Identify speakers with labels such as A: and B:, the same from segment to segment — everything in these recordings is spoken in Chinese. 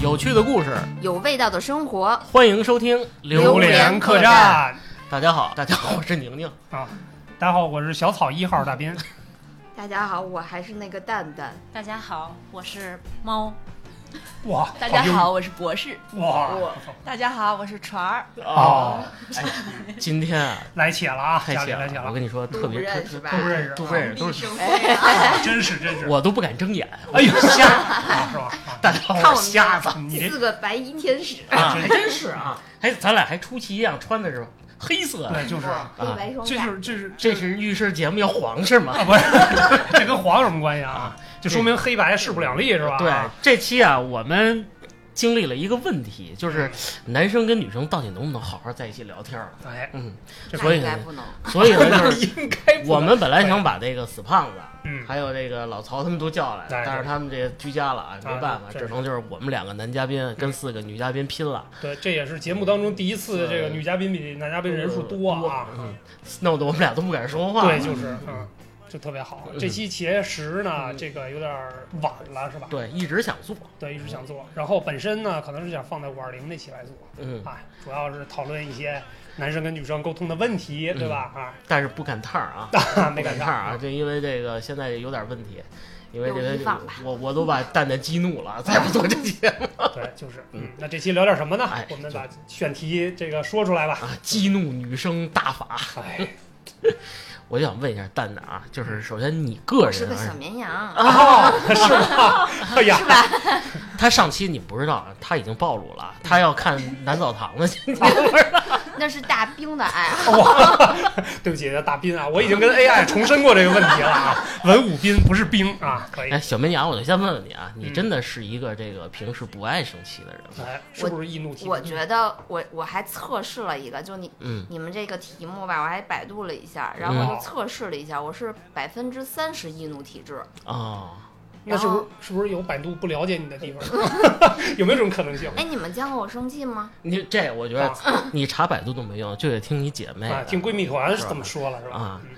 A: 有趣的故事，
B: 有味道的生活。
A: 欢迎收听《
B: 榴莲客
C: 客
B: 栈
C: 栈
A: 大家好，大家好，我是宁宁。
C: 啊，大家好，我是小草一号大斌。
B: 大家好，我还是那个蛋蛋。
D: 大家好，我是猫。
C: 哇，
D: 大家
C: 英
D: 好，我是博士。
C: 语，哇，
D: 大家好，我是船儿。
C: 哦，
A: 哎今天啊，
C: 来且了啊，
A: 太
C: 家里
A: 且
C: 来且
A: 了，我
C: 了，
A: 跟你说，
B: 都
A: 特别
B: 不认
A: 特
B: 识吧
C: 都不认识，
A: 都不认识，都是
D: 啊
C: 识， 真是真是，
A: 我都不敢睁眼。
C: 哎呦瞎啊是吧？啊
A: 大家好，
B: 看我
A: 我
B: 们
A: 是哦瞎子
C: 你这
B: 四个白衣天使，
A: 啊，还真是啊，还咱俩还出奇一样，穿的是黑色的，啊
C: 对，就是
B: 黑 白双
C: 这
B: 煞。
C: 是这是
A: 这是浴室节目要皇室吗？
C: 啊，不是这跟黄有什么关系啊？就说明黑白势不两立是吧？
A: 对，这期啊，我们经历了一个问题，就是
B: 嗯
A: 男生跟女生到底能不能好好在一起聊天儿？
C: 哎，
A: 嗯，
C: 这
A: 所
B: 那
A: 以
B: 应该
A: 呢，
B: 不能。
A: 所以呢，就是
C: 应该不
A: 我们本来想把这个死胖子。
C: 嗯，
A: 还有这个老曹他们都叫来了，
C: 对
A: 但是他们这居家了啊，没办法，
C: 啊是嗯
A: 只能就是我们两个男嘉宾跟四个女嘉宾拼了，
C: 对，这也是节目当中第一次这个女嘉宾比男嘉宾人数多啊，
A: 嗯，弄得我们俩都不敢说话。
C: 对，就是嗯，就特别好。这期节食呢，
A: 嗯
C: 这个有点儿晚了是吧？
A: 对，一直想做，
C: 对，一直想做。然后本身呢，可能是想放在五二零那期来做，
A: 嗯，
C: 啊，主要是讨论一些男生跟女生沟通的问题，
A: 嗯
C: 对吧？
A: 但是不赶趟儿啊，
C: 啊，
A: 不
C: 没
A: 赶
C: 赶
A: 趟
C: 上
A: 儿啊，就因为这个现在有点问题。因为这
B: 有以
A: 个
B: 往吧
A: 我我都把蛋蛋激怒了，再不做这节目
C: 对，就是，
A: 嗯
C: 嗯，那这期聊点什么呢
A: 哎？
C: 我们把选题这个说出来吧。
A: 啊，激怒女生大法，
C: 哎，
A: 我就想问一下蛋蛋啊，就是首先你个
B: 嗯我是
A: 人
B: 个小
A: 啊，
B: 绵羊，
C: 哦，是吗？哎呀，
A: 他上期你不知道啊，他已经暴露
C: 嗯
A: 了，他要看南澡堂的去，
B: 那是大兵的爱 好。
C: 哦对不起，大斌啊，我已经跟 AI 重申过这个问题了啊，文武斌不是兵啊，可以。
A: 哎，小绵羊，我就先问问你啊，你
C: 嗯
A: 真的是一个这个平时不爱生气的人吗？
C: 哎，是不是易怒体？
B: 我觉得我我还测试了一个，就你
A: 嗯，
B: 你们这个题目吧，我还百度了一下，然后
C: 嗯
B: 就测试了一下，我是百分之三十易怒体质。
A: 哦，
C: 那是不是是不是有百度不了解你的 地方？有没有这种可能性？
B: 哎，你们见过我生气吗？
A: 你这我觉得 你查百度都没用，就得听你姐妹
C: 啊，
A: 的。
C: 听闺蜜团是这么说了是吧？
A: 啊
C: 嗯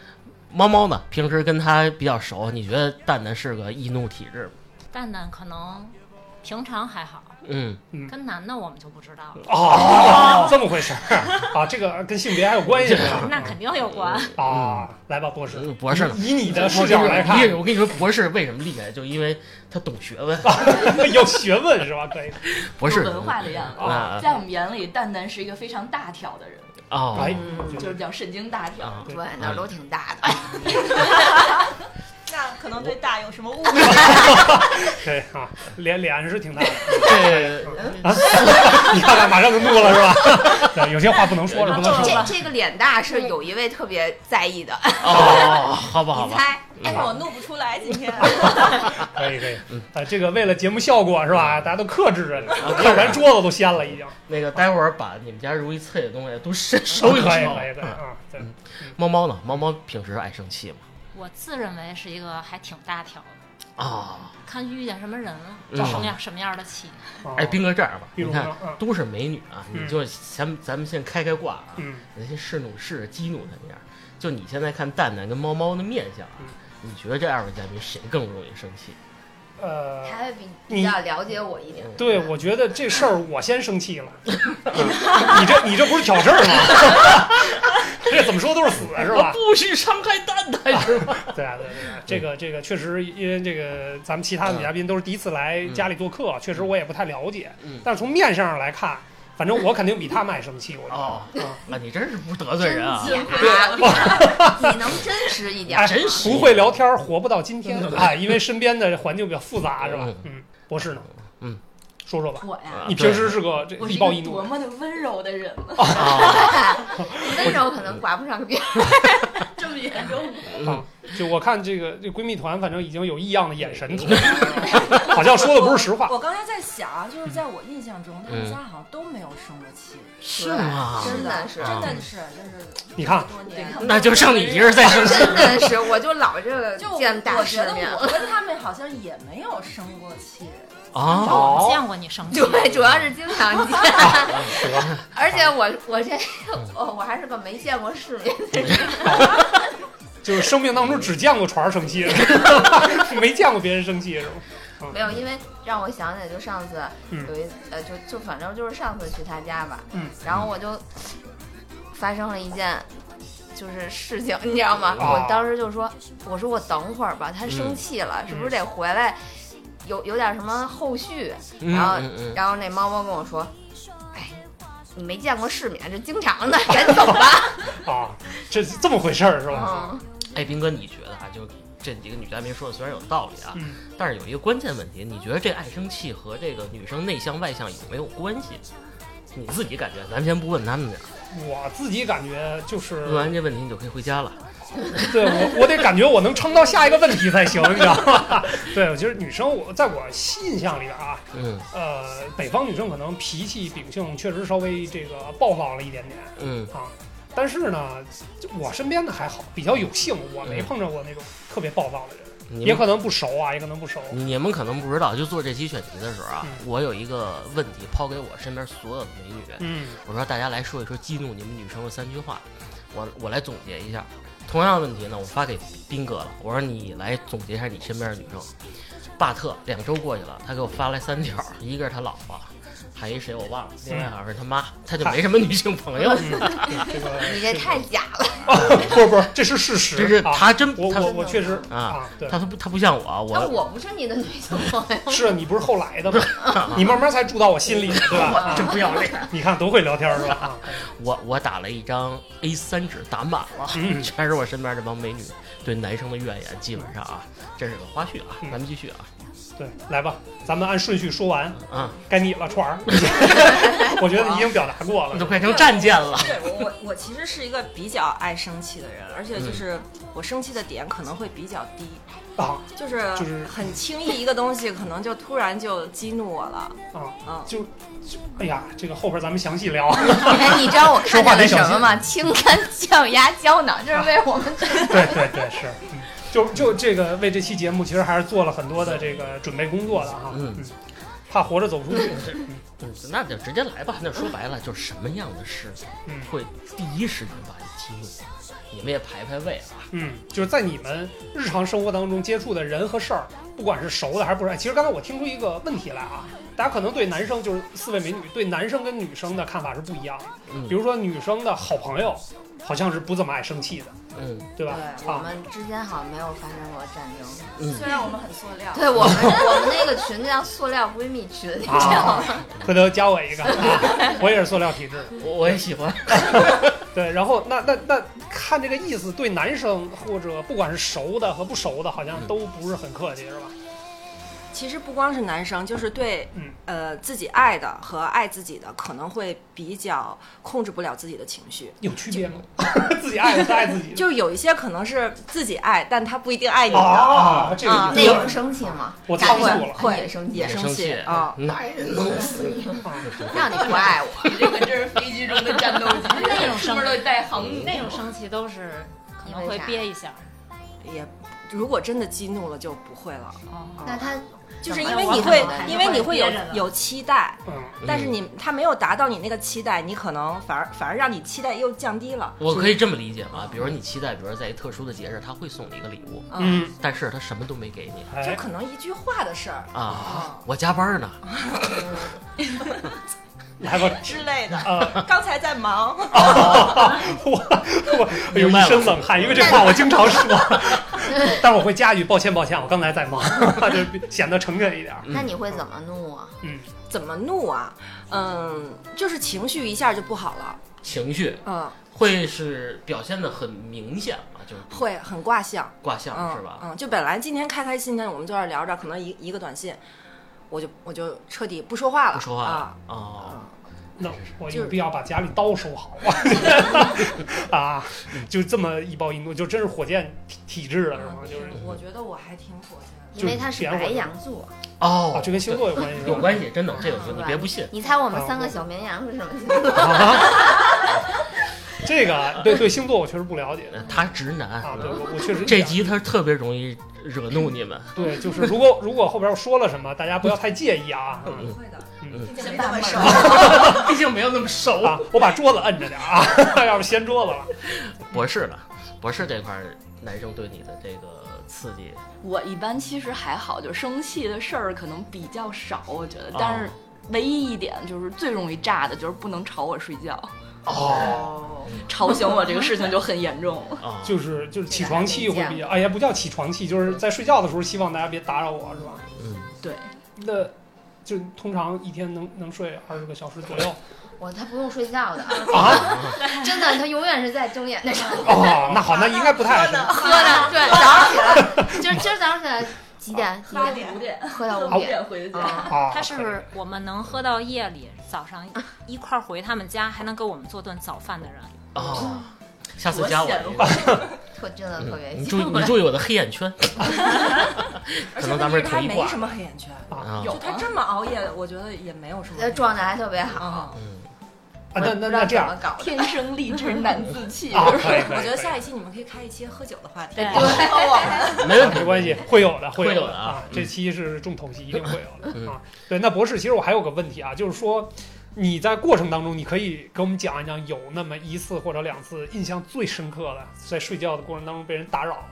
A: 猫猫呢，平时跟她比较熟，你觉得蛋蛋是个易怒体质吗？
D: 蛋蛋可能平常还好，
A: 嗯，
D: 跟男的我们就不知道了，
C: 哦，这么回事 儿啊？这个跟性别还有关系呢？
D: 那肯定有关。
C: 啊！来吧，博士，
A: 嗯博士呢
C: 以以你的
A: 我
C: 视
A: 跟
C: 角
A: 你
C: 嗯来看，
A: 说，我跟你说，博士为什么厉害，就因为他懂学问。
C: 啊 有学问是吧？可以。
A: 博士
E: 有文化的样子。
A: 啊
E: 哦在我们眼里，蛋蛋是一个非常大条的人，
A: 哦
C: 哎，
B: 嗯
E: 就是叫神经大条。
A: 啊
B: 对，
C: 对
B: 脑都挺大
A: 嗯
B: 的。
E: 那可能对大有什么误
C: 对啊，脸脸是挺大的。
A: 这
C: 啊你看看，马上就怒了是吧？ 对，有些话不能 说了，不能
B: 这
C: 说
A: 嗯
C: 了。
B: 这这个脸大是有一位特别在意的，
A: 哦，好吧好
B: 你
A: 吧，
B: 猜？
E: 哎，我怒不出来，今天
C: 可以可以。啊，这个为了节目效果是
A: 嗯
C: 吧？大家都克制着呢
A: 啊，
C: 看咱桌子都掀了已经。
A: 那个待会儿把你们家容易碎的东西都收
C: 可
A: 收
C: 以
A: 一
C: 可以
A: 收。
C: 可以可以啊！对，
A: 猫猫呢？猫猫平时爱生气吗？
D: 我自认为是一个还挺大条的，
A: 啊，
D: 看遇见什么人了，
A: 嗯
D: 就什么样什么样的气。
C: 啊
A: 哎，斌哥这样吧，
C: 比
A: 你
C: 如
A: 看
C: 呢，啊
A: 都是美女啊，
C: 嗯
A: 你就咱们咱们先开开挂啊，
C: 嗯，
A: 那些是怒是激怒他那样。就你现在看蛋蛋跟猫猫的面相啊
C: 嗯，
A: 你觉得这二位嘉宾谁更容易生气？
C: 呃，
A: 嗯
B: 还会比比较了解我一点。
C: 对，我觉得这事儿我先生气了，
A: 嗯
C: 你这你这不是挑事儿吗？ 这怎么说都是死是吧？
A: 不许伤害蛋蛋， 是吧？
C: 对啊，对啊对啊，这个这个确实，因为这个咱们其他的女嘉宾都是第一次来家里做客，确实我也不太了解
A: 嗯，
C: 但是从面上来看，反正我肯定比他们爱生气，我觉得。
A: 哦，啊，你真是不得罪人啊！
B: 真假？你能真实一点
C: 哎
B: 吗？
A: 真是
C: 不会聊天，活不到今天啊！因为身边的环境比较复杂，是吧？嗯，博士呢？
A: 嗯，
C: 说说吧，
E: 我呀，
C: 你平时是个这
E: 啊我是
C: 易
E: 一
C: 暴易
E: 个
C: 怒
E: 多么的温柔的人呢？
A: 啊，
B: 温柔可能管不上边。
E: 这么严重？
C: 啊！就我看这个这闺蜜团，反正已经有异样的眼神投入了， 好像说的不是实话。
E: 我刚才在想，就是在我印象中，他
A: 嗯
E: 们家好像都没有生过气，
A: 是吗？
B: 嗯
A: 啊
B: 真的是
E: 真的是，就是
C: 你看，
E: 多年。
A: 那就剩你一人在生 气。
B: 真的是，我就老这个
E: 就我
B: 见大
E: 我
B: 世
E: 觉得
B: 面。
E: 我跟他们好像也没有生过气，
A: 啊，
C: 哦
D: 见过你生气，
B: 对，主要是经常见，
C: 是
A: 嗯
C: 吧？
B: 而且我我这哦我我还是个没见过世面的人。
C: 就是 生命当中只见过船儿生气，没见过别人生气，是吗？
B: 没有，因为让我想起来，就上次
C: 嗯
B: 有一、呃，就就反正就是上次去他家吧，
C: 嗯
B: 然后我就发生了一件就是事 情，你知道吗？
C: 啊
B: 我当时就说，我说我等会儿吧，他生气了，
C: 嗯
B: 是不是得回来？有有点什么后续？
A: 嗯
B: 然后、
A: 嗯嗯
B: 然后那猫猫跟我说，哎，你没见过世面，这经常的， 赶紧走吧。
C: 啊，这这么回事儿是吧？
B: 嗯，
A: 哎，斌哥，你觉得啊，就这几个女嘉宾说的虽然有道理啊，
C: 嗯
A: 但是有一个关键问题，你觉得这爱生气和这个女生内向外向有没有关系？你自己感觉，咱先不问他们俩，
C: 我自己感觉就是
A: 问完这问题你就可以回家了。
C: 对我，我得感觉我能撑到下一个问题才行，你知道吗？ 对，我觉得女生我在我印象里边啊，
A: 嗯
C: 呃，北方女生可能脾气秉性确实稍微这个暴躁了一点点
A: 嗯
C: 啊，但是呢，我身边的还好，比较有幸，我没碰着过那种特别暴躁的人，，
A: 嗯你
C: 也
A: 们
C: 可能不熟啊，也可能不熟。
A: 你们可能不知道，就做这期选题的时候啊，
C: 嗯
A: 我有一个问题抛给我身边所有的美女，
C: 嗯，
A: 我说大家来说一说激怒你们女生的三句话，我我来总结一下。同样的问题呢，我发给斌哥了，我说你来总结一下你身边的女生。巴特两周过去了，他给我发来三条，一个是他老婆，还一谁我忘了，另外好像是他妈，他就没什么女性朋友。
C: 嗯这个
B: 你这太假了。
C: 不是不是，这是事实，
A: 这是
C: 啊
A: 他真
C: 我
A: 他
C: 我我确实
A: 啊
C: 对。
A: 他不他不像我，
B: 那
A: 我
B: 我不是你的女性朋友，
C: 是啊你不是后来的吗？你慢慢才住到我心里，对吧？ 啊
A: 真不要脸，
C: 你看多会聊天是吧？ 啊
A: 我我打了一张 A 三纸，打满了，
C: 嗯
A: 全是我身边这帮美女对男生的怨言，基本上啊，这是个花絮啊，
C: 嗯
A: 咱们继续啊，
C: 对，来吧，咱们按顺序说完，
A: 啊、
C: 该你 了，串儿。我觉得你已经表达过
A: 你都
C: 了。
A: 快成战舰了。
F: 对我我我其实是一个比较爱生气的人，而且
C: 嗯
F: 就是我生气的点可能会比较低，
C: 啊
F: 就是
C: 就是
F: 很轻易一个东西可能就突然就激怒我了。
C: 啊，
F: 嗯，
C: 就就哎呀，这个后边咱们详细聊。
B: 哎，你知道我看
C: 说话
B: 见
C: 得
B: 了
C: 小
B: 什
C: 心
B: 么吗？清肝降压胶囊，就是为我们
C: 对对对，是。嗯就就这个为这期节目，其实还是做了很多的这个准备工作的哈，
A: 嗯
C: 嗯，怕活着走不出去，
A: 嗯， 那就直接来吧。那说白了，就是什么样的事情
C: 嗯
A: 会第一时间把你激怒？你们也排排位啊。
C: 嗯，就是在你们日常生活当中接触的人和事儿，不管是熟的还是不熟，哎其实刚才我听出一个问题来啊，大家可能对男生就是四位美女对男生跟女生的看法是不一样的，
A: 嗯
C: 比如说女生的好朋友，好像是不怎么爱生气的，
A: 嗯
C: 对吧？
B: 对，我
C: 啊，
B: 们之间好像没有发生过战争。
E: 虽然我们很塑料，
B: 对我们，我们那个群叫塑料闺蜜群，你知道
C: 啊
B: 吗？
C: 回头加我一个，啊、我也是塑料体质。
A: 我我也喜 欢。
C: 对，然后那那那看这个意思，对男生或者不管是熟的和不熟的，好像都不是很客气，是吧？
F: 其实不光是男生，就是对
C: 嗯
F: 呃自己爱的和爱自己的可能会比较控制不了自己的情绪。
C: 有区别吗？ 自己爱的和爱自己的
F: 就有一些可能是自己爱，但他不一定爱你的。
C: 啊，这个
F: 啊
B: 那
C: 意思
B: 有人生气吗？
C: 我操
B: 感觉
C: 住了
B: 会也生气
F: 也，生气
A: 啊
F: 啊！
A: 男人弄死你！
B: 让你不爱我。
E: 这个真是飞机中的战斗机，
D: 啊那种嗯
E: 是不是都得带航母？
D: 那种生气都是可能会憋一下。
F: 也如果真的激怒了就不会了，
D: 哦，
B: 那他
F: 就是
D: 哎
F: 因为
D: 我
F: 你
D: 可
F: 会
D: 能还，是
F: 因为你
D: 会
F: 会
D: 憋
F: 有
D: 着的
F: 有期待，
C: 嗯，
F: 但是你他没有达到你那个期待，你可能反而反而让你期待又降低了。
A: 我可以这么理解啊吗？比如你期待，比如在一特殊的节日，他会送你一个礼物，
F: 嗯，
A: 但是他什么都没给你
F: 就
C: 哎，
F: 可能一句话的事儿
A: 啊！我加班呢，
C: 来吧，
F: 之类的。
C: 呃，
F: 刚才在忙，
C: 我我我有
A: 明白
C: 一
A: 了
C: 身冷汗，因为这话我经常说，但是我会加一句抱歉抱歉，我刚才在忙， 就显得诚恳一点。
B: 那你会怎么弄啊？
C: 嗯，
F: 怎么怒啊？嗯，就是情绪一下就不好了，
A: 情绪
F: 嗯，
A: 会是表现的很明显嘛，就是
F: 会很卦象，
A: 卦象
F: 嗯，
A: 是吧？
F: 嗯，就本来今天开开心心，我们坐这儿聊着，可能一一个短信，我就我就彻底不说话了，
A: 不说话
F: 啊
A: 了。哦。
C: 那我
F: 就
C: 有
F: 是
C: 必要把家里刀收好啊！ 啊，就这么一暴一怒，就真是火箭体体质了，是
F: 嗯
C: 吗？就是
F: 我觉得我还挺火气
B: 因
F: 的。
B: 为他是
C: 就是别
B: 白
C: 人
B: 羊座，
A: 哦
F: 嗯
C: 啊，，这跟星座有关系是
A: 有
C: 吧？
A: 关系，真的，这有关系，
B: 是吧
A: 别不信。
B: 你猜我们三个小绵羊是什么星 座？
C: 啊这个啊对对，星座我确实不了解
A: 呃
F: 嗯
A: 他直男，
C: 啊，对我我确实
A: 这集他特别容易惹怒你们。
C: 对，就是如果如果后边我说了什么，大家不要太介意啊
A: 嗯
F: 会的，
A: 嗯
F: 毕竟没那么熟。
A: 毕竟没有那么熟
C: 啊！我把桌子摁着点啊， 要不掀桌子了。
A: 博士了，博士这块儿男生对你的这个刺激？
G: 我一般其实还好，就生气的事儿可能比较少，我觉
C: 哦
G: 得。但是唯一一点就是最容易炸的，就是不能吵我睡觉，
C: 哦，
G: 吵醒我这个事情就很严重。
A: 啊，
C: 就是就是起床气会比较，哎呀，不叫起床气，就是在睡觉的时候希望大家别打扰我，是吧？
A: 嗯，
G: 对，
C: 那就通常一天能能睡二十个小时左右
B: 我他不用睡觉的，
C: 啊？
B: 真的，他永远是在睁眼那上
C: 哦，那好，那应该不太深
B: 喝的。对，早上起来，今儿今儿早上起来几点？几
F: 八
B: 点？
F: 点
B: 喝到五
C: 好
B: 点。
F: 回的
B: 啊，
C: 啊。
D: 他是不是我们能喝到夜里，早上一块儿回他们家，还能给我们做顿早饭的人？
A: 哦，下次加我一个。
B: 特真的特别
A: 嗯你
B: 辛
A: 注意，
B: 苦
A: 你。注意我的黑眼圈。可能咱们是
F: 他
A: 同一
F: 没
A: 挂
F: 什么黑眼圈，
A: 啊，
F: 就他这么熬夜，我觉得也没有什么
B: 呃，状态还特别好。
F: 啊。
A: 嗯，
C: 啊，那那那这样
B: 我也不知道怎么搞的，
G: 天生丽 质难自弃。
C: 啊，可以可以，
F: 我觉得
C: 可以
F: 下一期你们可以开一期喝酒的话题，
D: 对
A: 没问题，
C: 没关系，。会有的，
A: 会
C: 有
A: 有的啊
C: 啊！这期是重头戏，一定会有
A: 嗯
C: 的啊。对，那博士，其实我还有个问题啊，就是说你在过程当中，你可以给我们讲一讲，有那么一次或者两次印象最深刻的，在睡觉的过程当中被人打扰了，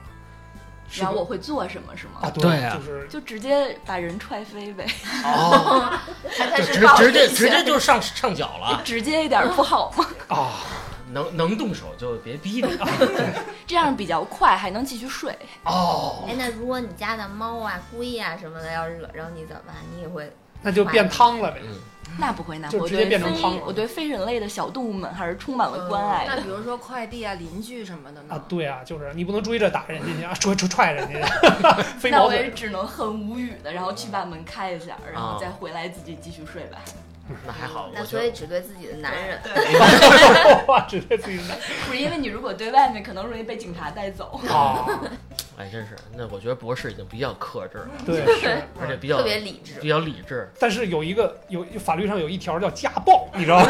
C: 是
G: 然后
C: 不
G: 我会做什么是
C: 啊，
G: 吗？
A: 对啊
C: 就是
G: 就直接把人踹飞呗，
A: 哦，
B: 他他
A: 就是直
B: 抱着
A: 直接
B: 一
A: 直接
B: 些
A: 就上上脚了，
G: 直接一点不好吗？
C: 啊，
A: 能能动手就别逼着。
G: 这样比较快，还能继续睡。
C: 哦，
B: 哎，那如果你家的猫啊、龟啊什么的要惹着你怎么办？你也会
C: 那就变汤了呗。
G: 那不会，那不
C: 就
G: 会。我
C: 直接
G: 对
C: 变成
G: 非
C: 汤了
G: 我对非人类的小动物们还是充满了
B: 嗯
G: 关爱
F: 那
G: 的。
F: 比如说快递啊、邻居什么的
C: 啊
F: 呢，？
C: 对啊，就是你不能追着打人家去啊， 踹踹踹人家去， 飞
G: 那
C: 毛
G: 我也
C: 腿。
G: 只能很无语的，然后去把门开一下，然后再回来自己继续睡吧。
A: 嗯那还好，
B: 那
A: 我觉
B: 所以
A: 得
B: 只对自己的男人。
C: 哇，直接自己来
G: 不是因为你如果对外面，可能容易被警察带走。
C: 啊，
A: 哎，真是，那我觉得博士已经比较克制了，
C: 对，是，
A: 而且比较
B: 嗯特别理智，
A: 比较理智。
C: 但是有一个有法律上有一条叫家暴， 你知道吗？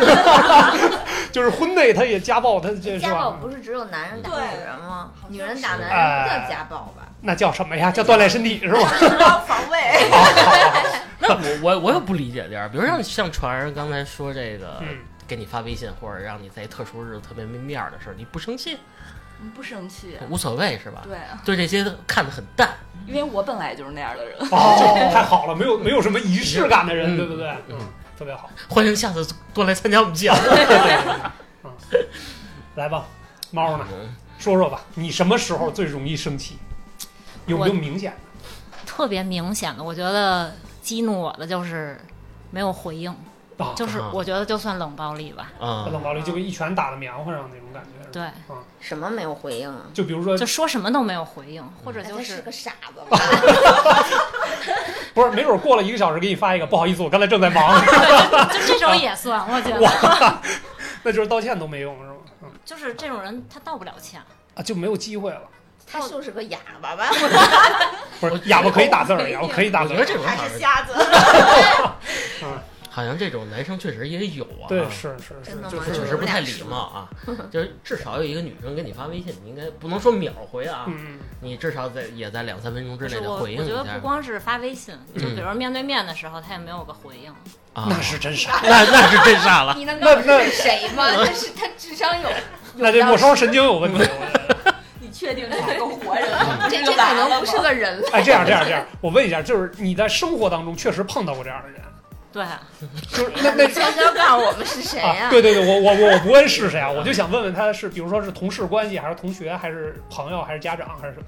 C: 就是婚内他也家暴，他这是
B: 家暴
C: 吧？
B: 不是只有男人打女人吗？女人打男人
C: 哎
B: 不叫家暴吧？
C: 那叫什么呀？叫锻炼身体是吗？
F: 防卫，
A: 那 我我我也不理解点儿，比如像像传儿刚才说这个，
C: 嗯
A: 给你发微信或者让你在一特殊日子特别没面儿的事儿，你不生气
G: 你不生气？
A: 无所谓是吧？
G: 对，
A: 对这些看得很淡，
G: 因为我本来就是那样的人。
C: 哦，太好了，没有没有什么仪式感的人，对不对？
A: 嗯，
C: 特别好。
A: 欢迎下次多来参加我们节目。
C: 嗯，来吧，猫呢？
A: 嗯
C: 说说吧，你什么时候最容易生气？有没有明显的？
D: 特别明显的，我觉得激怒我的就是没有回应，
C: 啊，
D: 就是我觉得就算冷暴力吧。
A: 啊
C: 冷暴力就跟一拳打在棉花上那种感觉。是吧，啊
D: 对，
B: 什么没有回应啊？
C: 就比如说
A: 呃
D: 就，说什么都没有回应，或者
B: 哎
D: 就
B: 他
D: 是
B: 个傻 子吧？
C: 不是，没准过了一个小时给你发一个，不好意思，我刚才正在忙，
D: 就这种也算，我觉得
C: 那就是道歉都没用，是吗？嗯，
D: 就是这种人他道不了歉。
C: 啊，就没有机会了。
B: 他就是个哑巴吧？
C: 不是哑巴可以打字儿，哑巴可以打
A: 我
C: 字
A: 觉
C: 儿
A: 得。这种好
F: 还是
A: 像
F: 瞎子？
A: 好像这种男生确实也有啊，
C: 对，是是是
B: 真的，
C: 就
B: 吗
A: 确
C: 是
A: 实不太礼貌啊。就是至少有一个女生给你发微信，你应该不能说秒回啊，
C: 嗯，
A: 你至少在也在两三分钟之
D: 就
A: 内
D: 是
A: 的
D: 我
A: 回应
D: 我觉得
A: 一
D: 不
A: 下。
D: 光是发微信，就
A: 嗯
D: 比如面对面的时候他也没有个回应。
A: 啊
C: 那是真傻，
A: 那那是真傻了。
B: 你能
C: 那那
B: 是谁吗？他是他智商有，
C: 那这末梢神经有问题。我觉得
G: 你确定这是个活人？
B: 这这可能不是个人类。
C: 哎，这样这样这样，我问一下，就是你在生活当中确实碰到过这样的人，
D: 对，
C: 就是那那
B: 悄悄告诉我们是谁
C: 啊，
B: 呀？
C: 对对对，我我我不问是谁啊，我就想问问他是，比如说是同事关系，还是同学，还是朋友，还是家长，还是什么？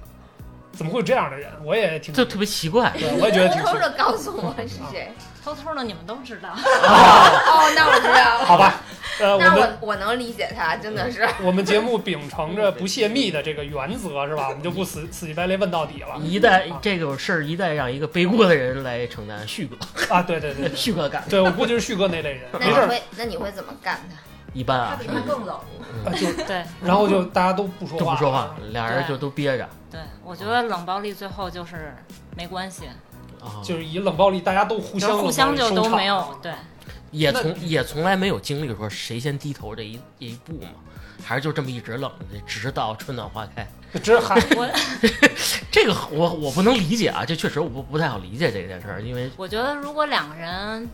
C: 怎么会有这样的人？我也挺，
A: 就
C: 对，
A: 特别奇怪，
C: 我也觉得挺
B: 偷偷的告诉我是谁。
D: 偷偷的你们都知 道。
B: 哦，那我知道了。
C: 好吧。呃，我
B: 那
C: 们
B: 我我能理解他，真的是。
C: 我们节目秉承着不泄密的这个原则是吧？我们就不死死乞白赖问到底了
A: 啊一代这种事儿一代让一个背锅的人来承担，旭哥，
C: 啊！对对对对，
A: 旭哥干
C: 对，我估计是旭哥那类人，
B: 那
C: 没
B: 你
C: 事儿，
B: 会那你会怎么干他？
A: 一般
F: 他
A: 啊
F: 比，他更冷，
C: 啊就
D: 对
C: 然后就大家都不说
A: 都
C: 话，啊
A: 不说话，俩人
D: 对
A: 就都憋着
D: 对，我觉得冷暴力最后就是没关系，
A: 啊，
C: 就是以冷暴力，大家都互
D: 就是
C: 相
D: 互相就都没
C: 啊
D: 有对。
A: 也
C: 那
A: 从也从来没有经历过谁先低头这一这一步嘛，还是就这么一直冷着，直到春暖花开。
C: 对，只 喊
A: 这个我我不能理解啊，这确实我不不太好理解这件事儿，因为
D: 我觉得如果两个人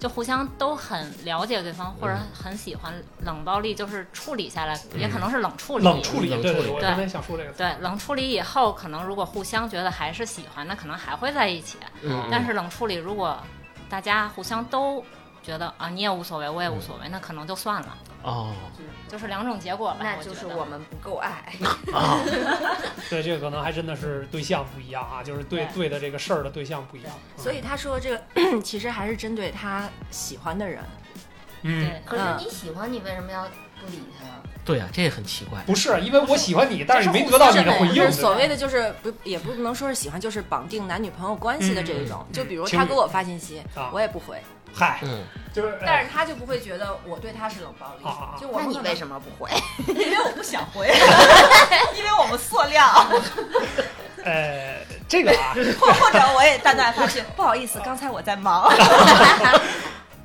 D: 就互相都很了解对方，或者
A: 嗯
D: 很喜欢冷暴力，就是处理下来，
A: 嗯
D: 也可能是冷处理。
C: 冷处理，
A: 冷
C: 对
A: 处理
C: 对，我
D: 对
C: 刚才想说这个词，
D: 对，冷处理以后，可能如果互相觉得还是喜欢，那可能还会在一起。
A: 嗯，
D: 但
A: 嗯
D: 是冷处理，如果大家互相都觉得啊，你也无所谓，我也
C: 嗯
D: 无所谓，那可能就算了，
A: 哦
D: 就是两种结果吧。
B: 那
D: 我
B: 就是
D: 觉得
B: 我们不够爱，
A: 啊，
C: 对这个可能还真的是对象不一样啊，就是对对的这个事儿的对象不一样， 啊
F: 所以他说的这个其实还是针对他喜欢的人，
C: 嗯。
D: 对，
B: 可是你喜欢你为什么要不理他呀？
A: 对呀、这也很奇怪。
C: 不是，因为我喜欢你，但是你没得到你的回应。
F: 就
C: 对
F: 是
C: 吧
F: 所谓的就是不也不能说是喜欢，就是绑定男女朋友关系的这一
C: 嗯
F: 种。就比如
C: 情侣
F: 他给我发信息
C: 啊，
F: 我也不回，
C: 嗨，
A: 嗯，
C: 就是，
E: 但是他就不会觉得我对他是冷暴力
C: 啊啊啊，
E: 就我
B: 那你为
E: 么？
B: 什么不回？
E: 因为我不想回， 因为我们塑料，
C: 呃，这个啊，
E: 或或者我也淡淡发现，不好意思，刚才我在
C: 啊
E: 忙。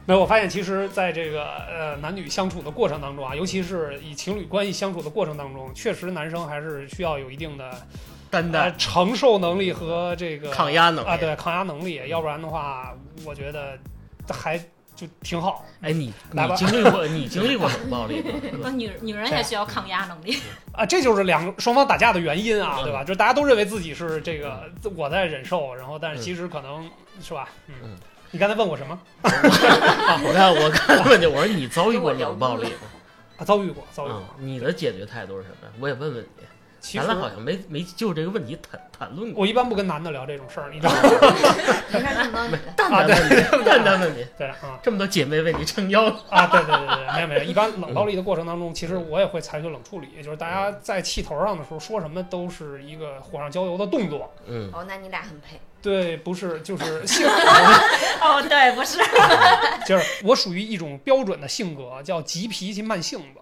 C: 没有，我发现其实在这个呃男女相处的过程当中啊，尤其是以情侣关系相处的过程当中，确实男生还是需要有一定的
A: 担
C: 呃承受能力和这个
A: 嗯抗压能力
C: 啊，对抗压能力，要不然的话，我觉得还就挺好。
A: 哎，你
C: 来吧
A: 你经历过你经历过冷暴力吗？
D: 不女女人也需要抗压能力。
C: 啊，这就是两个双方打架的原因啊，
A: 嗯
C: 对吧？就是大家都认为自己是这个我在忍受，然后但是其实可能是吧，
A: 嗯
C: 嗯。你刚才问我什么？
A: 啊 我看我看问你，我说你遭遇过冷暴力吗？
C: 啊，遭遇过，遭遇过。
A: 啊，你的解决态度是什么呀？我也问问你，
C: 其
A: 咱
C: 实
A: 俩好像没没就这个问题谈谈论过。
C: 我一般不跟男的聊这种事儿，你知道吗？啊
B: 没事，弄 到你
A: 没
B: 的。
A: 哦蛋蛋问你，蛋蛋问你，
C: 对啊
A: 这么多姐妹为你撑腰，
C: 啊，对对对对，没有没有。一般冷暴力的过程当中，其实我也会采取冷处理，也就是大家在气头上的时候说什么都是一个火上浇油的动作。
A: 嗯，
B: 哦，那你俩很配。
C: 对，不是就是性，
D: 哦，对，不是，
C: 就是我属于一种标准的性格，叫急脾气慢性子。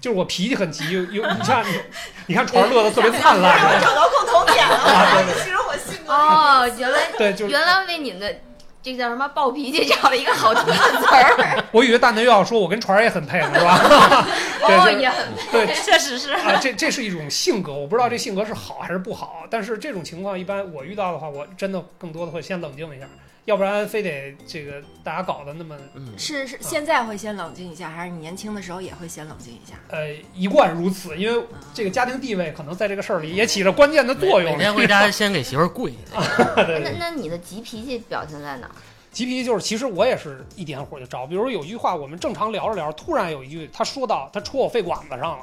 C: 就是我脾气很急，有有你看，你你看船乐的特
D: 哎
C: 别灿
E: 让我
C: 烂，
E: 找到共同点了，我
C: 啊对
E: 发现其实我性格
B: 哦，原来
C: 对，就是
B: 原来为你们的这个叫什么暴脾气找了一个好听的词儿，
C: 我以为蛋蛋又要说我跟船儿也很配呢，是吧？ 对
B: 哦
C: 就是
B: 也很
C: 对，
D: 确实是。
C: 啊，这这是一种性格，我不知道这性格是好还是不好。但是这种情况一般我遇到的话，我真的更多的会先冷静一下，要不然非得这个大家搞得那么
A: 嗯，
F: 是是，现在会先冷静一下，还是你年轻的时候也会先冷静一下？
C: 呃一贯如此。因为这个家庭地位可能在这个事儿里也起着关键的作
A: 每
C: 用。
A: 天回 家先给媳妇儿跪下，
C: 对对
B: 那
C: 对
B: 那你的急脾气表现在哪儿？
C: 急脾气就是，其实我也是一点火就着。比如有一句话，我们正常聊着聊，突然有一句他说到他戳我肺管子上了，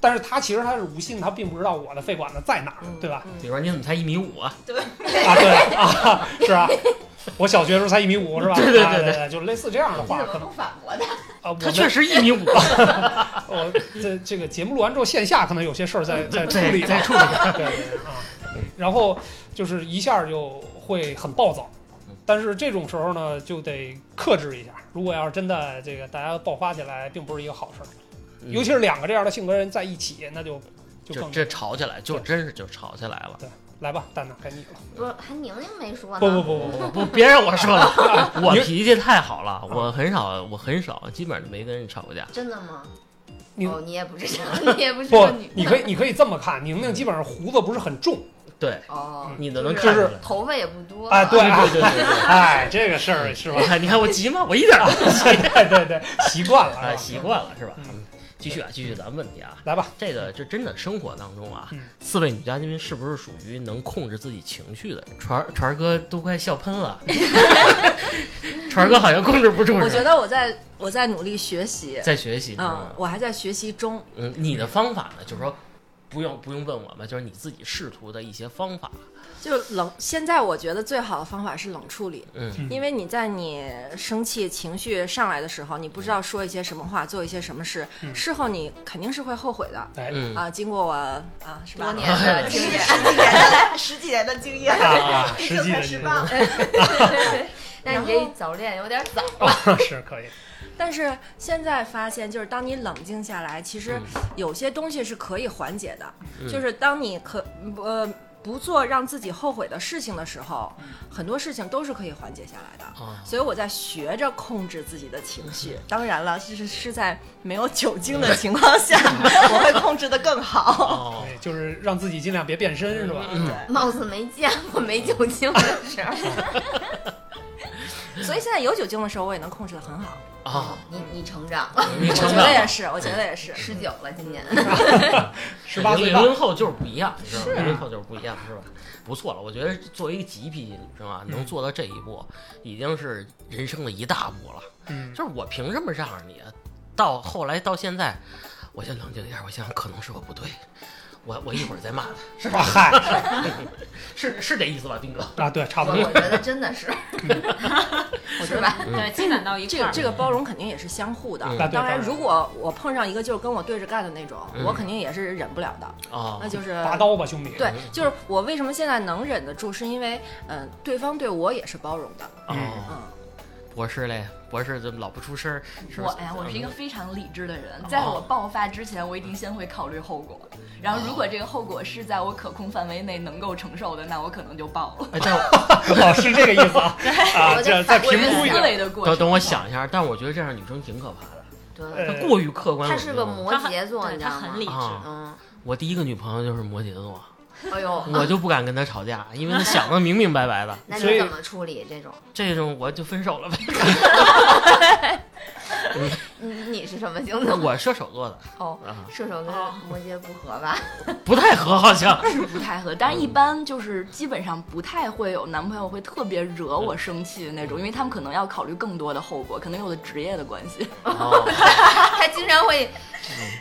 C: 但是他其实他是无心，他并不知道我的肺管子在哪儿，对吧？
F: 嗯
A: 比如说你怎么才一米五啊？
C: 啊，对啊，是啊，我小学的时候才一米五，是吧？
A: 对对对
C: 啊对
A: 对
C: 对，就类似这样的
E: 你怎
C: 话，
E: 么
C: 可能
E: 不反驳他？
C: 啊，我
A: 他
C: 们
A: 确实一米 五，啊
C: 我这这个节目录完之后，线下可能有些事儿在在
A: 对
C: 处理
A: 对，
C: 啊，
A: 再处理
C: 对对对啊，然后就是一下就会很暴
A: 嗯
C: 躁。但是这种时候呢，就得克制一下。如果要是真的这个大家爆发起来，并不是一个好事儿，尤其是两个这样的性格人在一起，那就就
A: 就
C: 更
A: 嗯这吵起来，就真是就吵起来了。
C: 来吧，蛋蛋该你了。
B: 不是，还宁宁没说呢。
C: 不不不 不不，啊
A: 我不，别让我说 了，我
C: 你
A: 脾气太好了，我很少，我很少，基本上没跟人吵过架。
B: 真的吗？
C: 你
B: 哦，你也不是， 你也不是
C: 不
B: 个女，的。
C: 你可以你可以这么看，宁宁基本上胡子不是很重，
A: 对，
B: 哦，
A: 你都能
B: 就是
A: 看出来。
B: 头发也不多
C: 哎，对
A: 对对对对对，
C: 哎，这个事儿是吧
A: 你？看你看我急吗？我一点儿都不急，
C: 对对对，习惯了
A: 哎，
C: 是吧
A: 习惯了是吧
C: 嗯？
A: 继续啊，继续咱们问题啊，
C: 来吧，
A: 这个就真的生活当中啊
C: 嗯，
A: 四位女嘉宾是不是属于能控制自己情绪的人？船儿船儿哥都快笑喷 了，船儿哥好像控制不住似的。
F: 我觉得我在我在努力学习，
A: 在学习，是啊
F: 嗯
A: 吧，
F: 我还在学习中。
A: 嗯，你的方法呢，就是说不用不用问我们，就是你自己试图的一些方法。
F: 就冷，现在我觉得最好的方法是冷处理，
A: 嗯
F: 因为你在你生气、情绪上来的时候，你不知道说一些什么话，做一些什么事，
C: 嗯
F: 事后你肯定是会后悔的。
C: 哎
A: 嗯，
F: 啊，经过我啊，是吧？
B: 多年 的经 验。
E: 十几年的十几年的经验，
C: 啊，
E: 就
C: 实际
E: 快
C: 的
E: 十
C: 这
E: 八
C: 个
E: 了。
B: 那你这早恋有点早。
C: 是可以，
F: 但是现在发现，就是当你冷静下来，其实有些东西是可以缓解的，
A: 嗯
F: 就是当你可呃不做让自己后悔的事情的时候，
A: 嗯
F: 很多事情都是可以缓解下来的。
A: 啊，
F: 所以我在学着控制自己的情绪，当然了，是是在没有酒精的情况下，我会控制的更好。
A: 哦，
C: 对，就是让自己尽量别变身，是吧？
A: 嗯
B: 貌似没见过没酒精的事儿，
F: 所以现在有酒精的时候，我也能控制的很好。
A: 啊，
B: 你你成长，
A: 你
F: 我
A: 成
F: 觉
A: 长
F: 得也是，我觉得也是。
B: 十九了今年，
C: 十八岁
A: 零
C: 半，
A: 零后就是不一样，你知道吗？零零后就是不一样，是吧？不错了，我觉得作为一个极品女生啊，能做到这一步，已经是人生的一大步了。
C: 嗯，
A: 就是我凭什么让你？到后来到现在，我先冷静一下，我想想可能是我不对，我我一会儿再骂他，
C: 是吧？嗨，
A: 是是这意思吧，丁哥？
C: 啊，对，差
B: 我
C: 不
B: 我觉
C: 多。啊
B: 得真的 是，是吧？
D: 对，积攒到一
F: 这
D: 块
F: 个
D: 儿，
F: 这个包容肯定也是相互的
A: 嗯。
C: 那对
F: 当
C: 当
F: 然，
C: 然
F: 如果我碰上一个就是跟我对着干的那种，
A: 嗯
F: 我肯定也是忍不了的。
A: 哦
F: 那，就是
C: 拔刀吧，兄弟。
F: 嗯对，就是我为什么现在能忍得住，是因为嗯、呃对方对我也是包容的。
A: 哦，
F: 嗯，
A: 博士嘞，博士怎么老不出声儿？是嗯不
G: 我
A: 是
G: 哎呀，我是一个非常理智的人，在我爆发之前，我一定先会考虑后果。然后，如果这个后果是在我可控范围内能够承受的，那我可能就爆了。
A: 哎，但我
C: 哦，是这个意思啊。啊，这再评估一
G: 思
C: 下。
G: 维的过
A: 等
G: 程。
A: 等我想一下，但我觉得这样女生挺可怕的，
B: 对，
C: 呃
A: 她过于客观。
B: 他
A: 我
B: 是
A: 觉
B: 个
A: 得
B: 摩
D: 他很
B: 羯座，
D: 对
B: 你知
D: 他
B: 道
D: 很理
B: 吗？
D: 智。
A: 啊，
B: 嗯，
A: 我第一个女朋友就是摩羯座，
B: 哎呦，
A: 我就不敢跟她吵架，因为她想的明明白白的，
B: 那
C: 嗯所以
B: 你怎么处理这种？
A: 这种我就分手了呗。
B: 你你是什么星座？
A: 我射手座的
B: 哦，
A: 啊，
B: 射手跟摩羯不合吧？
A: 不太合好像。
G: 是不太合，但是一般就是基本上不太会有男朋友会特别惹我生气的那种，因为他们可能要考虑更多的后果，可能有的职业的关系。
A: 哦
B: 他经常会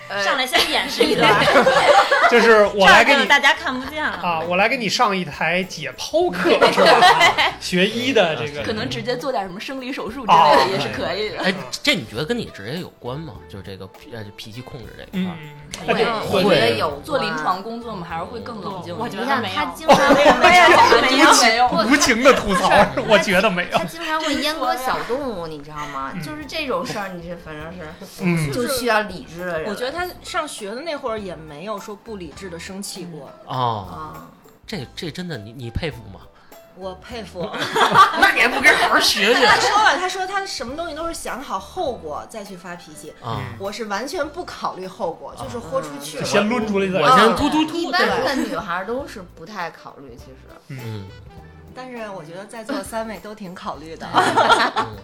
B: 呃
D: 上来先演示一段 儿，
C: 就是我来给
D: 上来
C: 你
D: 大家看不见 了。
C: 啊，我来给你上一台解剖课是吧？啊学医
A: 啊
C: 的这个
G: 可能直接做点什么生理手术之类
C: 哦
G: 的也是可以的。
A: 哎，这你觉得跟你职业有关吗？就是这个脾呃脾气控制这一块
C: 嗯
A: 儿。，
C: 哎对
B: 我
A: 会
B: 觉得有
G: 做临
B: 关。
G: 床工作嘛，还是会更冷静一点。
D: 我觉
B: 你
D: 得
B: 看
D: 没有
B: 他
D: 啊
B: 经 常会
G: 没 有没有没有，
C: 无情的吐槽，我觉得 没有
B: 他。经常会阉割小动物，你知道吗？就是这种事儿，你这反正是
C: 嗯，
B: 就需要理智的人。
F: 我觉得他上学的那会儿也没有说不理智的生气过，
A: 哦，
B: 啊，
A: 这这真的你你佩服吗？
F: 我佩服。
A: 那你还不跟好好学学
F: 他说了，他说他什么东西都是想好后果再去发脾气，
A: 啊？
F: 我是完全不考虑后果，就是豁出
C: 嗯
F: 去
C: 就嗯
F: 了。
C: 先抡出来
A: 我
C: 再
A: 先突突
B: 一
A: 突，对
B: 般
A: 吧？
B: 的女孩都是不太考虑，其实
A: 嗯，
F: 但是我觉得在座三位都挺考虑的。
A: 嗯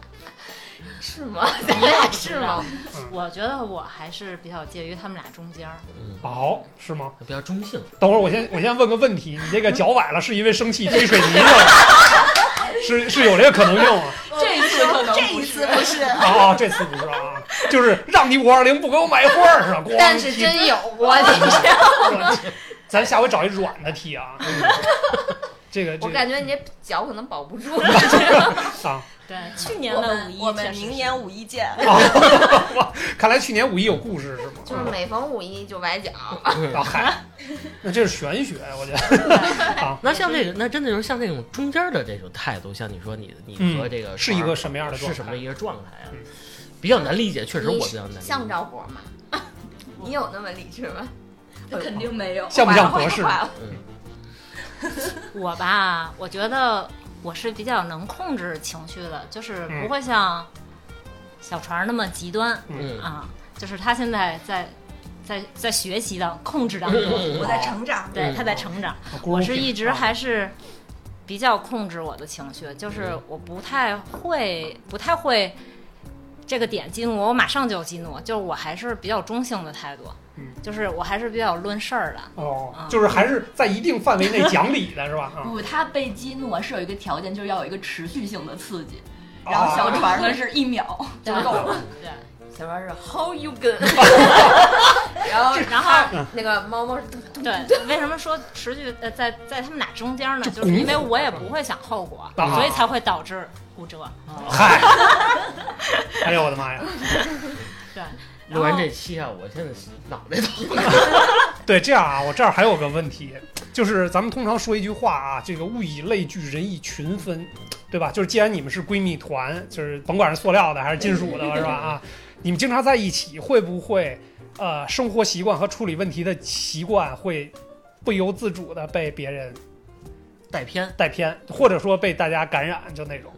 B: 是 吗？咱俩是吗？
D: 我觉得我还是比较介于他们俩中间儿。
C: 好是吗？
A: 比较中性。
C: 等会儿我先我先问个问题，你这个脚崴了是因为生气推水泥去了？是是有这个可能性吗？
G: 这一次可能
F: 这一次不是，
C: 啊，这次不是啊，就是让你五二零不给我买花儿是吧？咣
B: 但是
C: 踢
B: 真有我
C: 我去咱下回找一软的踢啊。这个这
B: 我
C: 个
B: 感觉你这脚可能保不住。
C: 啊，
D: 对，去年
F: 我
D: 的五
F: 们
D: 一
F: 我
D: 确
F: 们
D: 实
F: 明
D: 是
F: 年五一见。
C: 哦看来去年五一有故事是吗？
B: 就是每逢五一就崴脚，
C: 啊嗨，那这是玄学，我觉得
A: 那像这个，那真的就是像这种中间的这种态度，像你说你你和这个
C: 嗯是一个什么样的状
A: 是
C: 态？
A: 什么一个状态啊
C: 嗯？
A: 比较难理解，确实
B: 你
A: 我比较难理解
B: 像。赵博吗？ 你有那么理智吗？
G: 肯定没有。
C: 像不像博士？
B: 坏了
D: 我吧，我觉得我是比较能控制情绪的，就是不会像小船儿那么极端
A: 嗯，
D: 啊。就是他现在在在在学习的控制当中，
F: 我在成长。
D: 对
A: 嗯
D: 他在成长。
C: 啊孤
D: 我
C: 陋
D: 是
C: 寡
D: 一直
C: 闻
D: 还是比较控制我的情绪，就是
C: 嗯
D: 我不太会，不太会这个点激怒我，我马上就激怒，就是我还是比较中性的态度，
C: 嗯
D: 就是我还是比较论事儿的。
C: 哦
D: 啊，
C: 就是还是在一定范围内讲理的是吧？啊，
G: 不，他被激怒啊是有一个条件，就是要有一个持续性的刺激。
C: 啊
G: 然后小船呢是一秒
C: 嗯
G: 就够了，
B: 小船是 How you g o n 然后
D: 然后
B: 那个猫猫是嘟嘟
D: 对，为什么说持续呃在在他们俩中间呢？
C: 就
D: 就是因为
C: 拱火
D: 我也不会想后果，
C: 啊
D: 所以才会导致骨折。
C: 嗨，哎呦我的妈呀！
D: 对，
A: 录完这期啊，我现在脑袋疼。
C: 对，这样啊，我这儿还有个问题，就是咱们通常说一句话啊，这个物以类聚，人以群分，对吧？就是既然你们是闺蜜团，就是甭管是塑料的还是金属的，是吧？啊，你们经常在一起，会不会呃，生活习惯和处理问题的习惯会不由自主的被别人
A: 带偏，
C: 带偏，或者说被大家感染，就那种。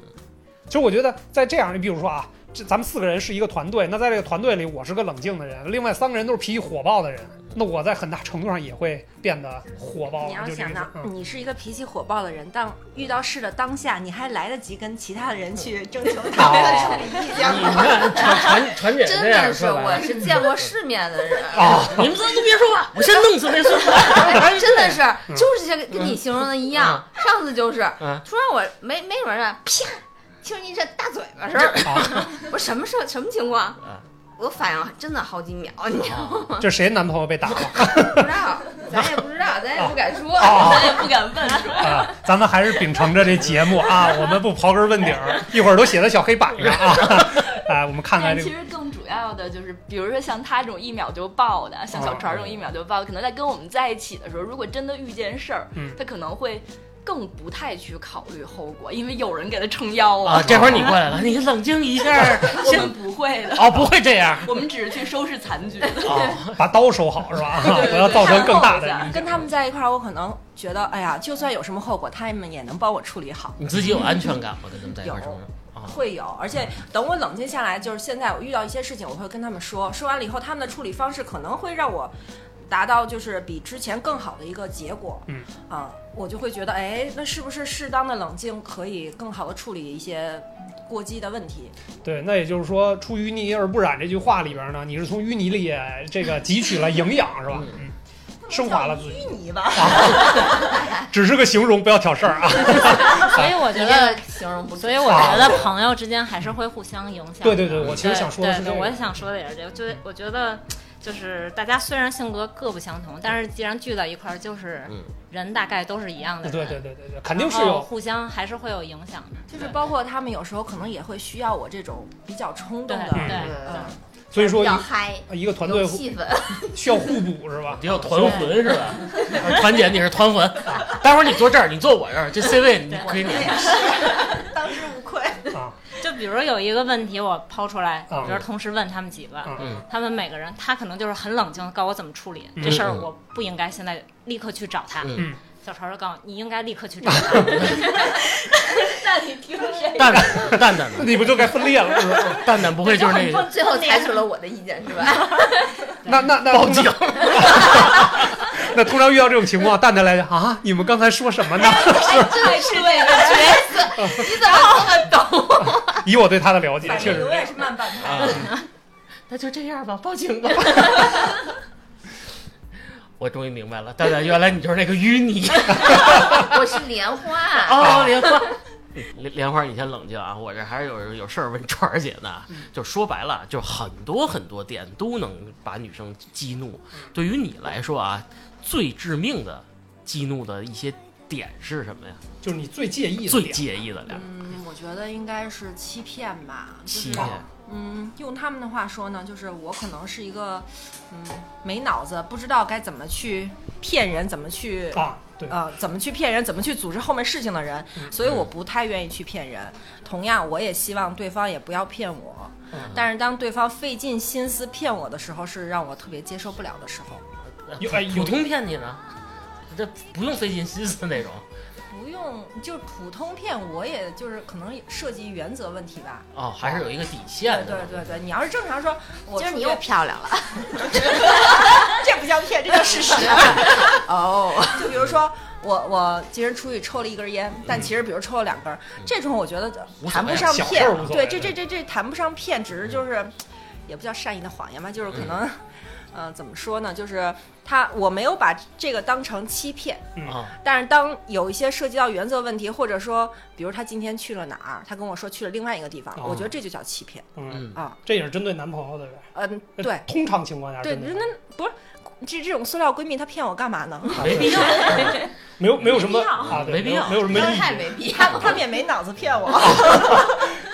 C: 其实我觉得在这样，你比如说啊，这咱们四个人是一个团队，那在这个团队里，我是个冷静的人，另外三个人都是脾气火爆的人，那我在很大程度上也会变得火爆。
F: 你要
C: 就这
F: 想
C: 个
F: 到
C: 嗯
F: 你是一个脾气火爆的人，当遇到事的当下，你还来得及跟其他的人去征求讨论处理意见
A: 你看传传传染
B: 真
A: 这样
B: 的是，
A: 说
B: 我
A: 来，
B: 是见过世面的人，
C: 嗯
A: 啊，你们仨都别说话，我先弄死那孙子。
B: 哎真的是
C: 嗯
B: 就是这个跟你形容的一样。上次就是
A: 嗯
B: 突然我没没准儿啊，啪，听你这大嘴巴声儿，
C: 啊，
B: 我什么事儿什么情况
A: 嗯？哦
B: 我反应真的好几秒，你知道吗
C: 这谁男朋友被打了
B: 不知道，咱也不知道，咱也不敢说。
A: 哦
C: 啊？
E: 也不敢 问。
C: 啊，咱们还是秉承着这节目啊，我们不刨根问底儿，一会儿都写在小黑板上啊。 哎，我们 看看
G: 但
C: 这
G: 其
C: 个
G: 实更主要的就是，比如说像他这种一秒就爆的，像小
C: 哦
G: 船这种一秒就爆，可能在跟我们在一起的时候，如果真的遇见事儿，
C: 嗯
G: 他可能会更不太去考虑后果，因为有人给他撑腰
A: 啊，这会儿你过来了，你冷静一下。
G: 我们不会的，
A: 哦，不会这样。
G: 我们只是去收拾残 局。
C: 把刀收好是吧？啊
G: 对对
C: 不要造成更大的
G: 善
C: 影
G: 后一下
C: 响
F: 跟他们在一块儿，我可能觉得，哎呀，就算有什么后果，他们也能帮我处理好。
A: 你自己有安全感吗？跟他们在一块儿成长啊，
F: 会有，而且等我冷静下来，就是现在我遇到一些事情，我会跟他们说，说完了以后，他们的处理方式可能会让我达到就是比之前更好的一个结果。
C: 嗯，
F: 啊，我就会觉得，哎，那是不是适当的冷静可以更好的处理一些过激的问题？
C: 对，那也就是说，出淤泥而不染这句话里边呢，你是从淤泥里这个汲取了营养是吧？嗯，升华了自 己。
F: 淤泥吧，
C: 只是个形容，不要挑事儿 啊。
D: 所以我
B: 你
D: 觉
B: 这
D: 得
B: 个，形容不
D: 所
B: 对，
D: 以我觉得朋友之间还是会互相影响的。
C: 对对对，我其实想说的是
D: 对
C: 这
D: 对
C: 个。
D: 对我也想说的也是这个，就是我觉得。就是大家虽然性格各不相同，但是既然聚在一块儿，就是
A: 嗯
D: 人大概都是一样的
C: 对
D: 人，
C: 对对对对，肯定是
D: 然后
C: 有。
D: 互相还是会有影响的。
F: 就是包括他们有时候可能也会需要我这种比较冲动的，
D: 对对
F: 嗯，
C: 所以说
B: 比较
C: 一
B: 嗨，
C: 一个团队
B: 有气氛。
C: 需要互补是吧
A: 你？有团魂是吧？团姐你是团魂，啊待会儿你坐这儿，你坐我这儿，这 C 位你可以你。
F: 当之无愧。
C: 啊，
D: 就比如有一个问题我抛出来，
C: 嗯
D: 比如同时问他们几个，
C: 嗯
A: 嗯
D: 他们每个人他可能就是很冷静地告诉我怎么处理、
C: 嗯
D: 这事儿，
A: 嗯
D: 我不应该现在立刻去找他。
A: 嗯，
D: 小潮就告诉我你应该立刻 去找他，哦
G: 那你听谁？
A: 蛋蛋蛋蛋呢
C: 你不就该分裂了是吧？
A: 蛋蛋不会就是那个
B: 最后采取了我的意见是吧？
C: 那那那
A: 报警？
C: 那通常遇到这种情况，蛋蛋来讲啊，你们刚才说什么呢？
G: 对，是这个
B: 你怎么那么懂？
C: 以我对他的了解，确实
F: 我也是慢半拍。
A: 啊，那就这样吧，报警吧。 我终于明白了，蛋蛋，原来你就是那个淤泥。
B: 我是莲花，
A: 哦，莲花。莲莲花，你先冷静啊！我这还是有有事儿问川儿姐呢。就说白了，就很多很多点都能把女生激怒。对于你来说啊，最致命的激怒的一些点是什么呀？
C: 就是你最介意的
A: 最
C: 点
A: 介意的俩
F: 嗯，我觉得应该是欺骗吧，就是
A: 欺骗
F: 嗯，用他们的话说呢，就是我可能是一个，嗯，没脑子，不知道该怎么去骗人，怎么去
C: 啊，对，
F: 呃，怎么去骗人，怎么去组织后面事情的人，
A: 嗯
F: 所以我不太愿意去骗人。同样，我也希望对方也不要骗我。
A: 嗯
F: 但是当对方费尽心思骗我的时候，是让我特别接受不了的时候。
C: 有哎
A: 普
C: 有
A: 通骗你呢，这不用费尽心思那种
F: 不用，就是普通骗，我也就是可能也涉及原则问题吧。
A: 哦，还是有一个底
F: 对
A: 线的。
F: 对对对，你要是正常说，我
B: 就是你
F: 出去
B: 又漂亮了，
F: 这不叫骗，这叫 事实。哦，就比如说我我今儿出去抽了一根烟，
C: 嗯
F: 但其实比如抽了两根儿，这种我觉得
A: 无所谓
F: 谈不上
C: 啊小事
F: 骗
C: 儿无所，谓嗯
F: 对，这这这这谈不上骗，只是就是也不叫善意的谎言吧，就是可能。嗯、怎么说呢？就是他，我没有把这个当成欺骗，
A: 啊，
F: 但是当有一些涉及到原则问题，或者说，比如他今天去了哪儿，他跟我说去了另外一个地方，
C: 哦
F: 我觉得这就叫欺骗
C: 嗯，
A: 嗯，
F: 啊。
C: 这也是针对男朋友的人。
F: 嗯，对，
C: 通常情况下
F: 对，
C: 啊真的
F: 那不是这这种塑料闺蜜，她骗我干嘛呢？
A: 没必要。
C: 没有没有什么
F: 没必要
C: 啊，对
A: 没必要
C: 没有没有什么意义
B: 太没必要
F: 她
B: 了。
F: 她们也没脑子骗我。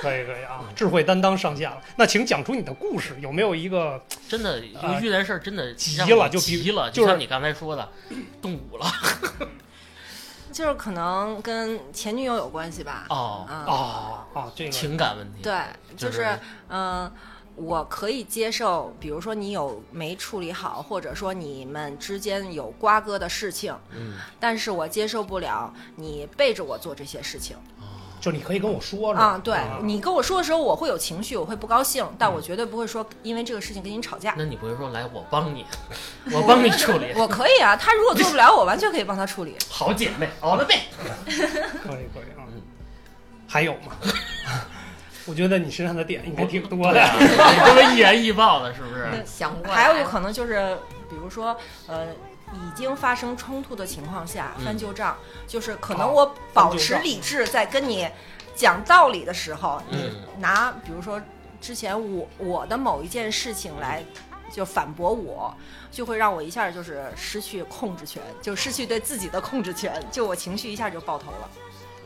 C: 可以可以啊，智慧担当上线了。那请讲出你的故事，有没有一个
A: 真的，
C: 啊
A: 遇见事儿真的
C: 急
A: 让我
C: 了就比
A: 急了，就
C: 就
A: 是像你刚才说的，动武了。
F: 就是可能跟前女友有关系吧。
A: 哦，
F: 啊、
C: 啊啊这个
A: 情感问题。
F: 对，
A: 就
F: 就是是嗯、我可以接受，比如说你有没处理好，或者说你们之间有瓜葛的事情，
A: 嗯，
F: 但是我接受不了你背着我做这些事情。
A: 哦
C: 就你可以跟我说是吧？
F: 啊，对 你跟我说的时候，我会有情绪，我会不高兴，但我绝对不会说因为这个事情跟你吵架。
A: 那你不会说来我帮你， 我帮你处理，
F: 我可以啊，他如果做不了，我完全可以帮他处理。
A: 好姐妹，好了呗。
C: 可以可以啊
A: 嗯。
C: 还有吗？ 我觉得你身上的点应该挺多
A: 对
C: 的。
A: 啊， 你这么易燃易爆的，是不是？
B: 想不过来
F: 还有可能就是，比如说，呃，已经翻发生冲突的情况下
A: 嗯
F: 翻旧账，就是可
C: 哦
F: 能我保
C: 翻旧
F: 持
C: 账
F: 理智，在跟你讲道理的时候，你
A: 嗯
F: 拿比如说之前我我的某一件事情来。就反驳我，就会让我一下就是失去控制权，就失去对自己的控制权，就我情绪一下就爆头了。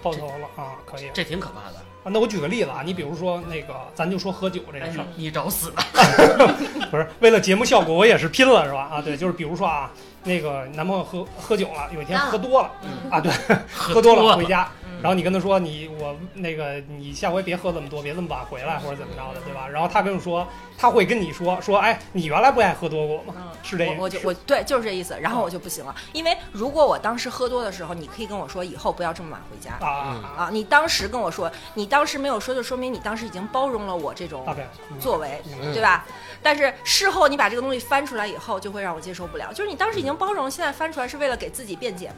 C: 爆头了啊，可以。
A: 这挺可怕的，
C: 啊那我举个例子啊，你比如说那个，咱就说喝酒这
A: 哎
C: 个事儿，
A: 你你找死吧。哎
C: 不是为了节目效果，我也是拼了，是吧？啊，对，就是比如说啊，那个男朋友喝喝酒了，有一天喝多了
A: 嗯
C: 啊，对，
A: 喝
C: 喝多
A: 了
C: 了回家，
F: 嗯
C: 然后你跟他说你我那个你下回别喝这么多，别这么晚回来或者怎么着的，对吧？然后他跟你说，他会跟你说说，哎，你原来不爱喝多过吗？
F: 嗯，
C: 是这嗯意
F: 我我
C: 思
F: 就。我对，就是这意思。然后我就不行了，因为如果我当时喝多的时候，你可以跟我说以后不要这么晚回家
C: 啊啊
F: 啊。你当时跟我说，你当时没有说，就说明你当时已经包容了我这种
C: 啊！对，嗯
F: 作为，
C: 嗯
A: 嗯
F: 对吧？但是事后你把这个东西翻出来以后，就会让我接受不了。就是你当时已经包容，现在翻出来是为了给自己辩解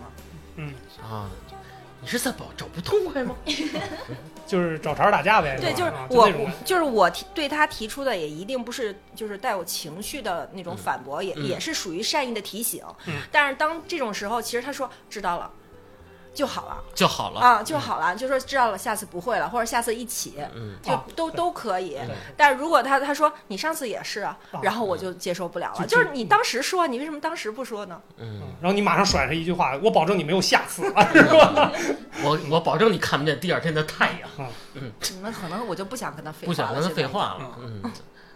F: 吗？
A: 啊！你是在找找不痛快吗？
C: 就是找茬儿打架呗。
F: 对，
C: 吧
F: 就是
C: 啊
F: 我
C: 那种，
F: 就是我提对他提出的也一定不是就是带有情绪的那种反驳，也
A: 嗯
F: 也是属于善意的提醒
C: 嗯。
F: 但是当这种时候，其实他说知道了就好了
A: 就好了。
F: 啊，就好了，就说知道了，下次不会了，或者下次一起。
A: 嗯，
F: 就
C: 啊
F: 都都可以
A: 对，
F: 但如果他他说你上次也是啊
C: 啊，
F: 然后我就接受不了
C: 就
F: 了。就是嗯
C: 就
F: 你当时说，你为什么当时不说呢？
A: 嗯
C: 嗯，然后你马上甩他一句话，我保证你没有下次
F: 嗯
C: 啊，是吧？
A: 我我保证你看不见第二天的太阳，
F: 那可能我就不想跟他废话
A: 不
F: 了，
A: 想跟他
F: 现
A: 废
F: 在
A: 话了。嗯，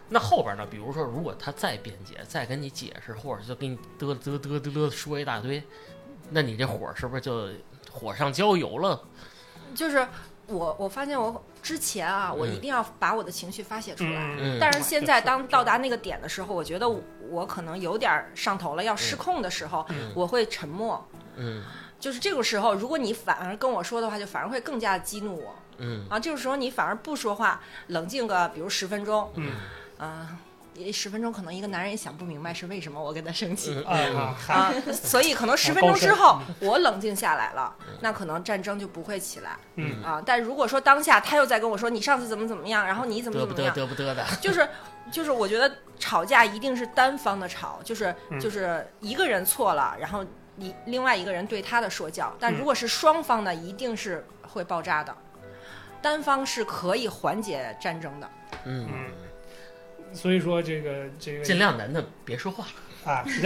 A: 那后边呢？比如说，如果他再辩解，再跟你解释，或者就跟你嘚嘚嘚嘚嘚说一大堆，那你这火是不是就火上浇油了？
F: 就是我我发现我之前啊，我
A: 嗯
F: 一定要把我的情绪发泄出来。
A: 嗯
F: 但是现在当到达那个点的时候，我觉得我我可能有点儿上头了，要失控的时候，
A: 嗯
F: 我会沉默。
A: 嗯
F: 就是这个时候，如果你反而跟我说的话，就反而会更加激怒我
A: 嗯
F: 啊。这个时候你反而不说话，冷静个比如十分钟，
C: 嗯
F: 啊、也十分钟可能一个男人也想不明白是为什么我跟他生气。
A: 嗯
C: 啊啊，嗨
F: 啊，所以可能十分钟之后，
C: 嗯
F: 我冷静下来了，那可能战争就不会起来。
C: 嗯
F: 啊，但如果说当下他又在跟我说你上次怎么怎么样，然后你怎么
A: 嘚
F: 嗯
A: 不
F: 怎么
A: 嘚
F: 样，
A: 嘚不嘚的，
F: 就是就是我觉得吵架一定是单方的吵，就是
C: 嗯
F: 就是一个人错了，然后你另外一个人对他的说教，但如果是双方的，一定是会爆炸的。单方是可以缓解战争的，
A: 嗯，
C: 所以说这个这个
A: 尽量男的别说话。
C: 啊，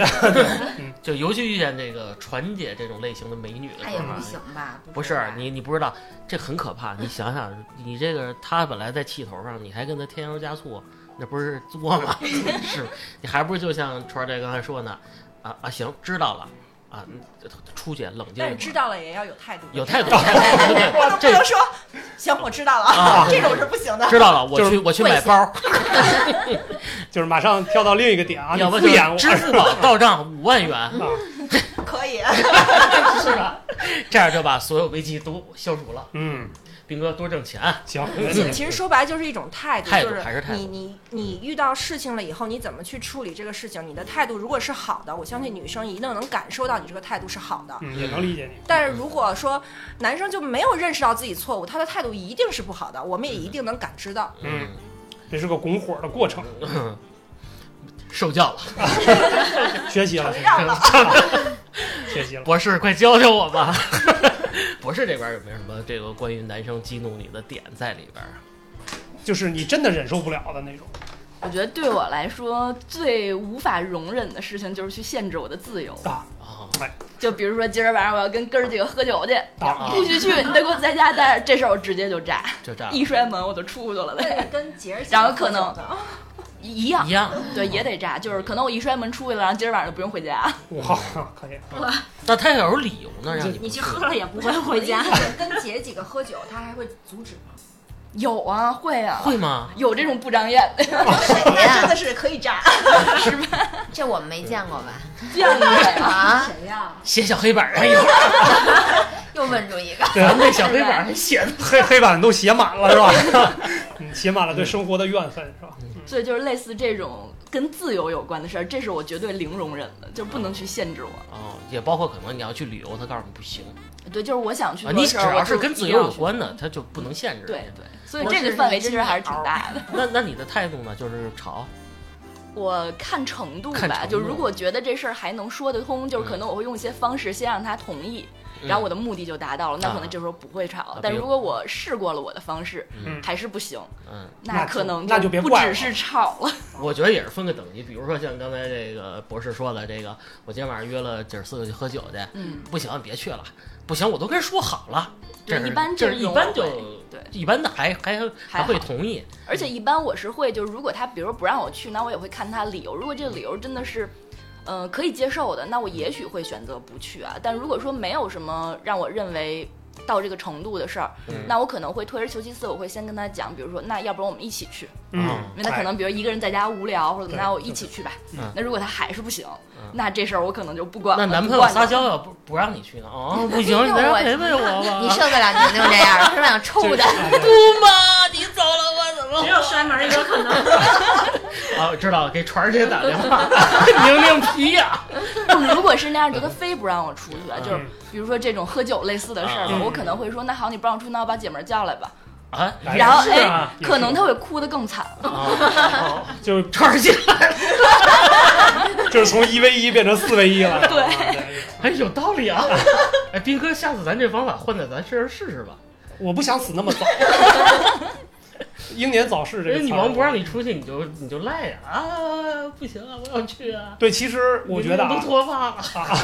A: 就尤其遇见这个传姐这种类型的美女的
B: 那
F: 哎
A: 时
B: 也
A: 候
B: 哎不
A: 啊，
B: 行吧？
A: 不是你，你不知道，这很可怕。你想想，你这个他本来在气头上，你还跟他添油加醋，那不是作吗？ 是，你还不是就像川儿姐刚才说呢？啊啊，行，知道了啊，出去冷静
F: 但
A: 一
F: 是
A: 会
F: 知
A: 儿，
F: 道了也要有态度，
A: 有 态度，有态度对
F: 我都不能说，行，我知道了，
A: 啊
F: 这种是不行的
A: 对，。知道了，我
C: 就是
A: 去我去买包，
C: 就是马上跳到另一个点啊，你
A: 要不
C: 敷衍
A: 就
C: 我
A: 支付宝到账五万元，
C: 啊，
F: 可以，
A: 是吧？这样就把所有危机都消除了。
C: 嗯，
A: 斌哥多挣钱，啊
C: 行，
F: 嗯其实说白了就是一种态度，
A: 态度
F: 就
A: 还是态度
F: 你你你遇到事情了以后，你怎么去处理这个事情？你的态度如果是好的，我相信女生一定能感受到你这个态度是好的。
C: 嗯，也能理解你，
F: 但是如果说男生就没有认识到自己错误，他的态度一定是不好的，我们也一定能感知到。
C: 嗯，这是个拱火的过程，
A: 嗯 受教了，
C: 学习了，
F: 让了，
C: 学习了，
A: 博士，快教教我吧。 博士这边有没有什么这个关于男生激怒你的点在里边儿啊？
C: 就是你真的忍受不了的那种，
G: 我觉得对我来说最无法容忍的事情就是去限制我的自由。
C: 啊，
A: 啊，
G: 就比如说今儿晚上我要跟哥儿几个喝酒去，
C: 啊
G: 不许去，你得给我在家待着。这事儿我直接就炸，
A: 就这样
G: 一摔门我就出去了呗，
F: 跟节日
G: 然后可能一样
A: 一。样。
G: 对，也得炸，就是可能我一摔门出去了，然后今儿晚上就不用回家。
C: 哇，可以，
A: 啊那他要有理由呢，让你
D: 你去
A: 不
D: 喝了也不会回家。
F: 跟姐几个喝酒，他还会阻止吗？
G: 有啊，会啊，
A: 会吗？
G: 有这种不长眼的，
F: 那真的是可以炸。
B: 这我们没见过吧？
G: 见过呀。
B: 啊，
A: 写小黑板上一会儿，
B: 又就问住一个，
C: 对
A: 咱这小黑板上写的，
C: 黑黑板都写满了是 吧？嗯，写满了对生活的怨恨是吧？
F: 所以就是类似这种跟自由有关的事儿，这是我绝对零容忍的，就不能去限制我。
A: 哦，也包括可能你要去旅游，他告诉你不行
F: 对，就是我想去
A: 啊，
F: 做
A: 你
F: 的
A: 只
F: 事儿，
A: 要
F: 我
A: 是
F: 就
A: 跟
F: 一
A: 自
F: 定
A: 由
F: 要
A: 有
F: 去。
A: 关的，他就不能限制。
F: 对对，所以
B: 我
F: 这
B: 是
F: 个范
B: 一
F: 围
B: 只
F: 其实还是挺
B: 鸟儿
F: 大的。
A: 那那你的态度呢？就是吵，
F: 我看程度
A: 看
F: 吧，
A: 程
F: 就
A: 度嗯
F: 如果觉得这事儿还能说得通，就是可能我会用一些方式先让他同意，然后我的目的就达到了，那可能这时候不会吵
A: 啊。
F: 但
A: 比如
F: 如果我试过了我的方式
A: 嗯，
F: 还是不行，
A: 嗯，
C: 那
F: 可
C: 就
F: 能
C: 那就别
F: 不
C: 怪我
F: 只是吵了。
A: 我觉得也是分个等级。比如说像刚才这个博士说的，这个我今天晚上约了姐儿四个去喝酒去，
F: 嗯，
A: 不行别去了，不行我都跟人说好了。
F: 对
A: 这
F: 一般
A: 这
F: 这
A: 一
F: 种
A: 般
F: 我
A: 就
F: 会对
A: 一般的还还还
F: 还
A: 会
F: 好
A: 同意。
F: 而且一般我是会，就是如果他比如不让我去，那我也会看他理由。如果这个理由真的是，呃，可以接受的，那我也许会选择不去啊。但如果说没有什么让我认为到这个程度的事儿，
A: 嗯
F: 那我可能会退而求其次，我会先跟他讲，比如说，那要不然我们一起去，
A: 啊
C: 嗯，
F: 因为他可能比如一个人在家无聊或者怎么
C: 对
F: 样，我一起去吧
A: 嗯。
F: 那如果他还是不行
A: 嗯，
F: 那这事儿我可能就不管
A: 那
F: 了。
A: 男
F: 不
A: 朋友
F: 惯
A: 撒
F: 了，
A: 娇要不不让你去呢？ 哦，不行，
B: 呦
A: 你再
B: 我
A: 陪陪我吧。
B: 你受得了宁宁这样，是不是想抽
C: 就是
B: 他？
C: 哎对
D: 只有摔门一个可能。
A: 啊，我知道了，给传儿姐打电 话，明明皮 呀、
F: 如果是那样，觉得非不让我出去啊，
A: 嗯
F: 就是比如说这种喝酒类似的事儿吧
C: 嗯，
F: 我可能会说，那好，你不让我出去，那我把姐们儿叫来吧。
A: 啊！
C: 哎
F: 然后
C: 是
F: 哎
C: 啊，
F: 可能他会哭得更惨。
A: 啊，
C: 就是
A: 传儿姐，
C: 就是从一 v 一变成四 v 一了。
F: 对
C: 啊，
A: 哎，有道理啊！ 哎，斌哥，下次咱这方法换在咱身上试试吧。
C: 我不想死那 么早。英年早逝这
A: 人
C: 个
A: 家
C: 词儿，
A: 女王不让你出去，你就你就赖呀啊！不行啊，我想去啊！
C: 对，其实我觉得
A: 你
C: 啊
A: 都，脱发了，
C: 啊，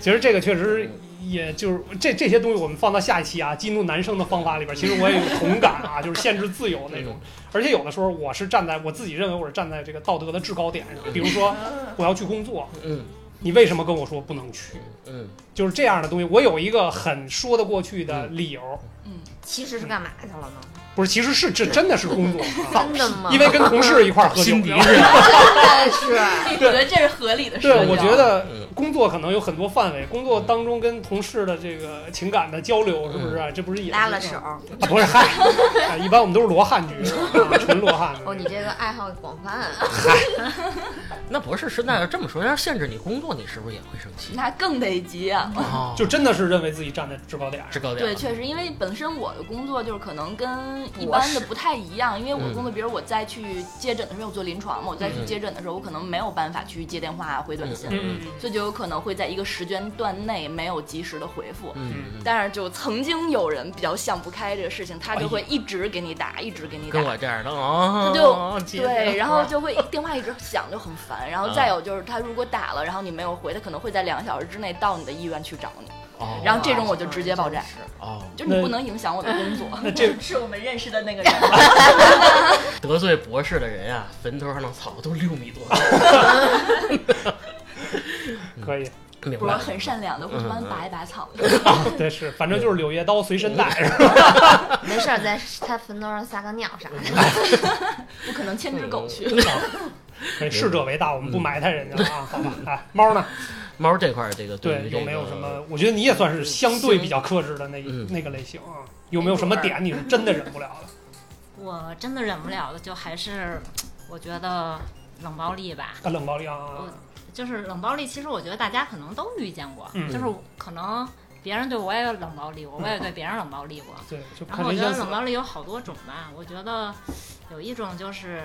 C: 其实这个确实也就是这这些东西，我们放到下一期啊，激怒男生的方法里边，其实我也有同感啊， 就是限制自由那种。而且有的时候，我是站在我自己认为我是站在这个道德的制高点上，比如说我要去工作，
A: 嗯
C: 你为什么跟我说不能去？
A: 嗯，
C: 就是这样的东西，我有一个很说得过去
A: 嗯
C: 的理由，
B: 其实是干嘛去了呢？
C: 不是，其实是这真的是工 作，啊
B: 真的吗？
C: 因为跟同事一块儿喝酒
A: 心。迪是吧？
B: 真的是，
F: 我觉得这是合理的社
C: 对，
F: 交。
C: 我觉得
A: 嗯
C: 工作可能有很多范围，工作当中跟同事的这个情感的交流，是不是
A: 嗯
C: 啊？这不是也是
B: 拉
C: 一
B: 了
C: 个
B: 手。
C: 啊，不是，嗨， 啊一般我们都是罗汉局，啊纯罗汉。
B: 哦，你这个爱好广泛啊，
A: 那不是是那要这么说，要是限制你工作，你是不是也会生气？
F: 那更得急啊！
A: 哦，
C: 就真的是认为自己站在制高点上。
A: 制高点
F: 对，
A: 了。
F: 确实，因为本身我的工作就是可能跟一
H: 博
F: 般
H: 士
F: 的不太一样，因为我的
A: 嗯
F: 工作，比如我再去接诊的时候，我做临床嘛，我再去
A: 嗯
F: 接诊的时候，我可能没有办法去接电话、啊回短信，
C: 嗯，
F: 所以就有可能会在一个时间段内没有及时的回复。
A: 嗯，
F: 但是就曾经有人比较想不开这个事情，他就会一直给你打，一直给你打
A: 嗯跟，我这样的哦，
F: 就
A: 姐
F: 对，然
A: 哦
F: 后就会电话一直响就很烦。然后再有就是他如果打了，然后你没有回，他可能会在两个小时之内到你的医院去找你，
A: 哦
F: 然后这种我就直接爆炸，
A: 哦
F: 就你不能影响我的工作。
C: 那这
I: 是我们认识的那个人，
A: 得罪博士的人啊，坟头上的草都六米多高。
C: 可以，
A: 明
F: 不是
A: 白？
F: 很善良的，会帮你拔一拔草。
C: 对是，反正就是柳叶刀随身带，
A: 嗯
C: 是吧？
B: 没事儿，在他坟头上撒个尿啥的。
F: 不可能牵只
A: 嗯
F: 狗去。
C: 可以逝者为大，我们不埋汰人家啊，好吧？哎，猫呢？
A: 猫这块儿这个
C: 对，
A: 嗯于这
C: 有
A: 个
C: 没有什么？我觉得你也算是相对比较克制的那一
A: 嗯
C: 那个类型啊，有没有什么点你是真的忍不了的？
D: 我真的忍不了的，就还是我觉得冷暴力吧。
C: 啊，冷暴力
D: 哦
C: 啊，
D: 就是冷暴力，其实我觉得大家可能都遇见过，
C: 嗯
D: 就是可能别人对我也冷暴力过，我也对别人冷暴力过。
C: 对，就嗯
D: 然
C: 看
D: 后我
C: 谁
D: 觉得
C: 先死
D: 冷。暴力有好多种吧，我觉得有一种就是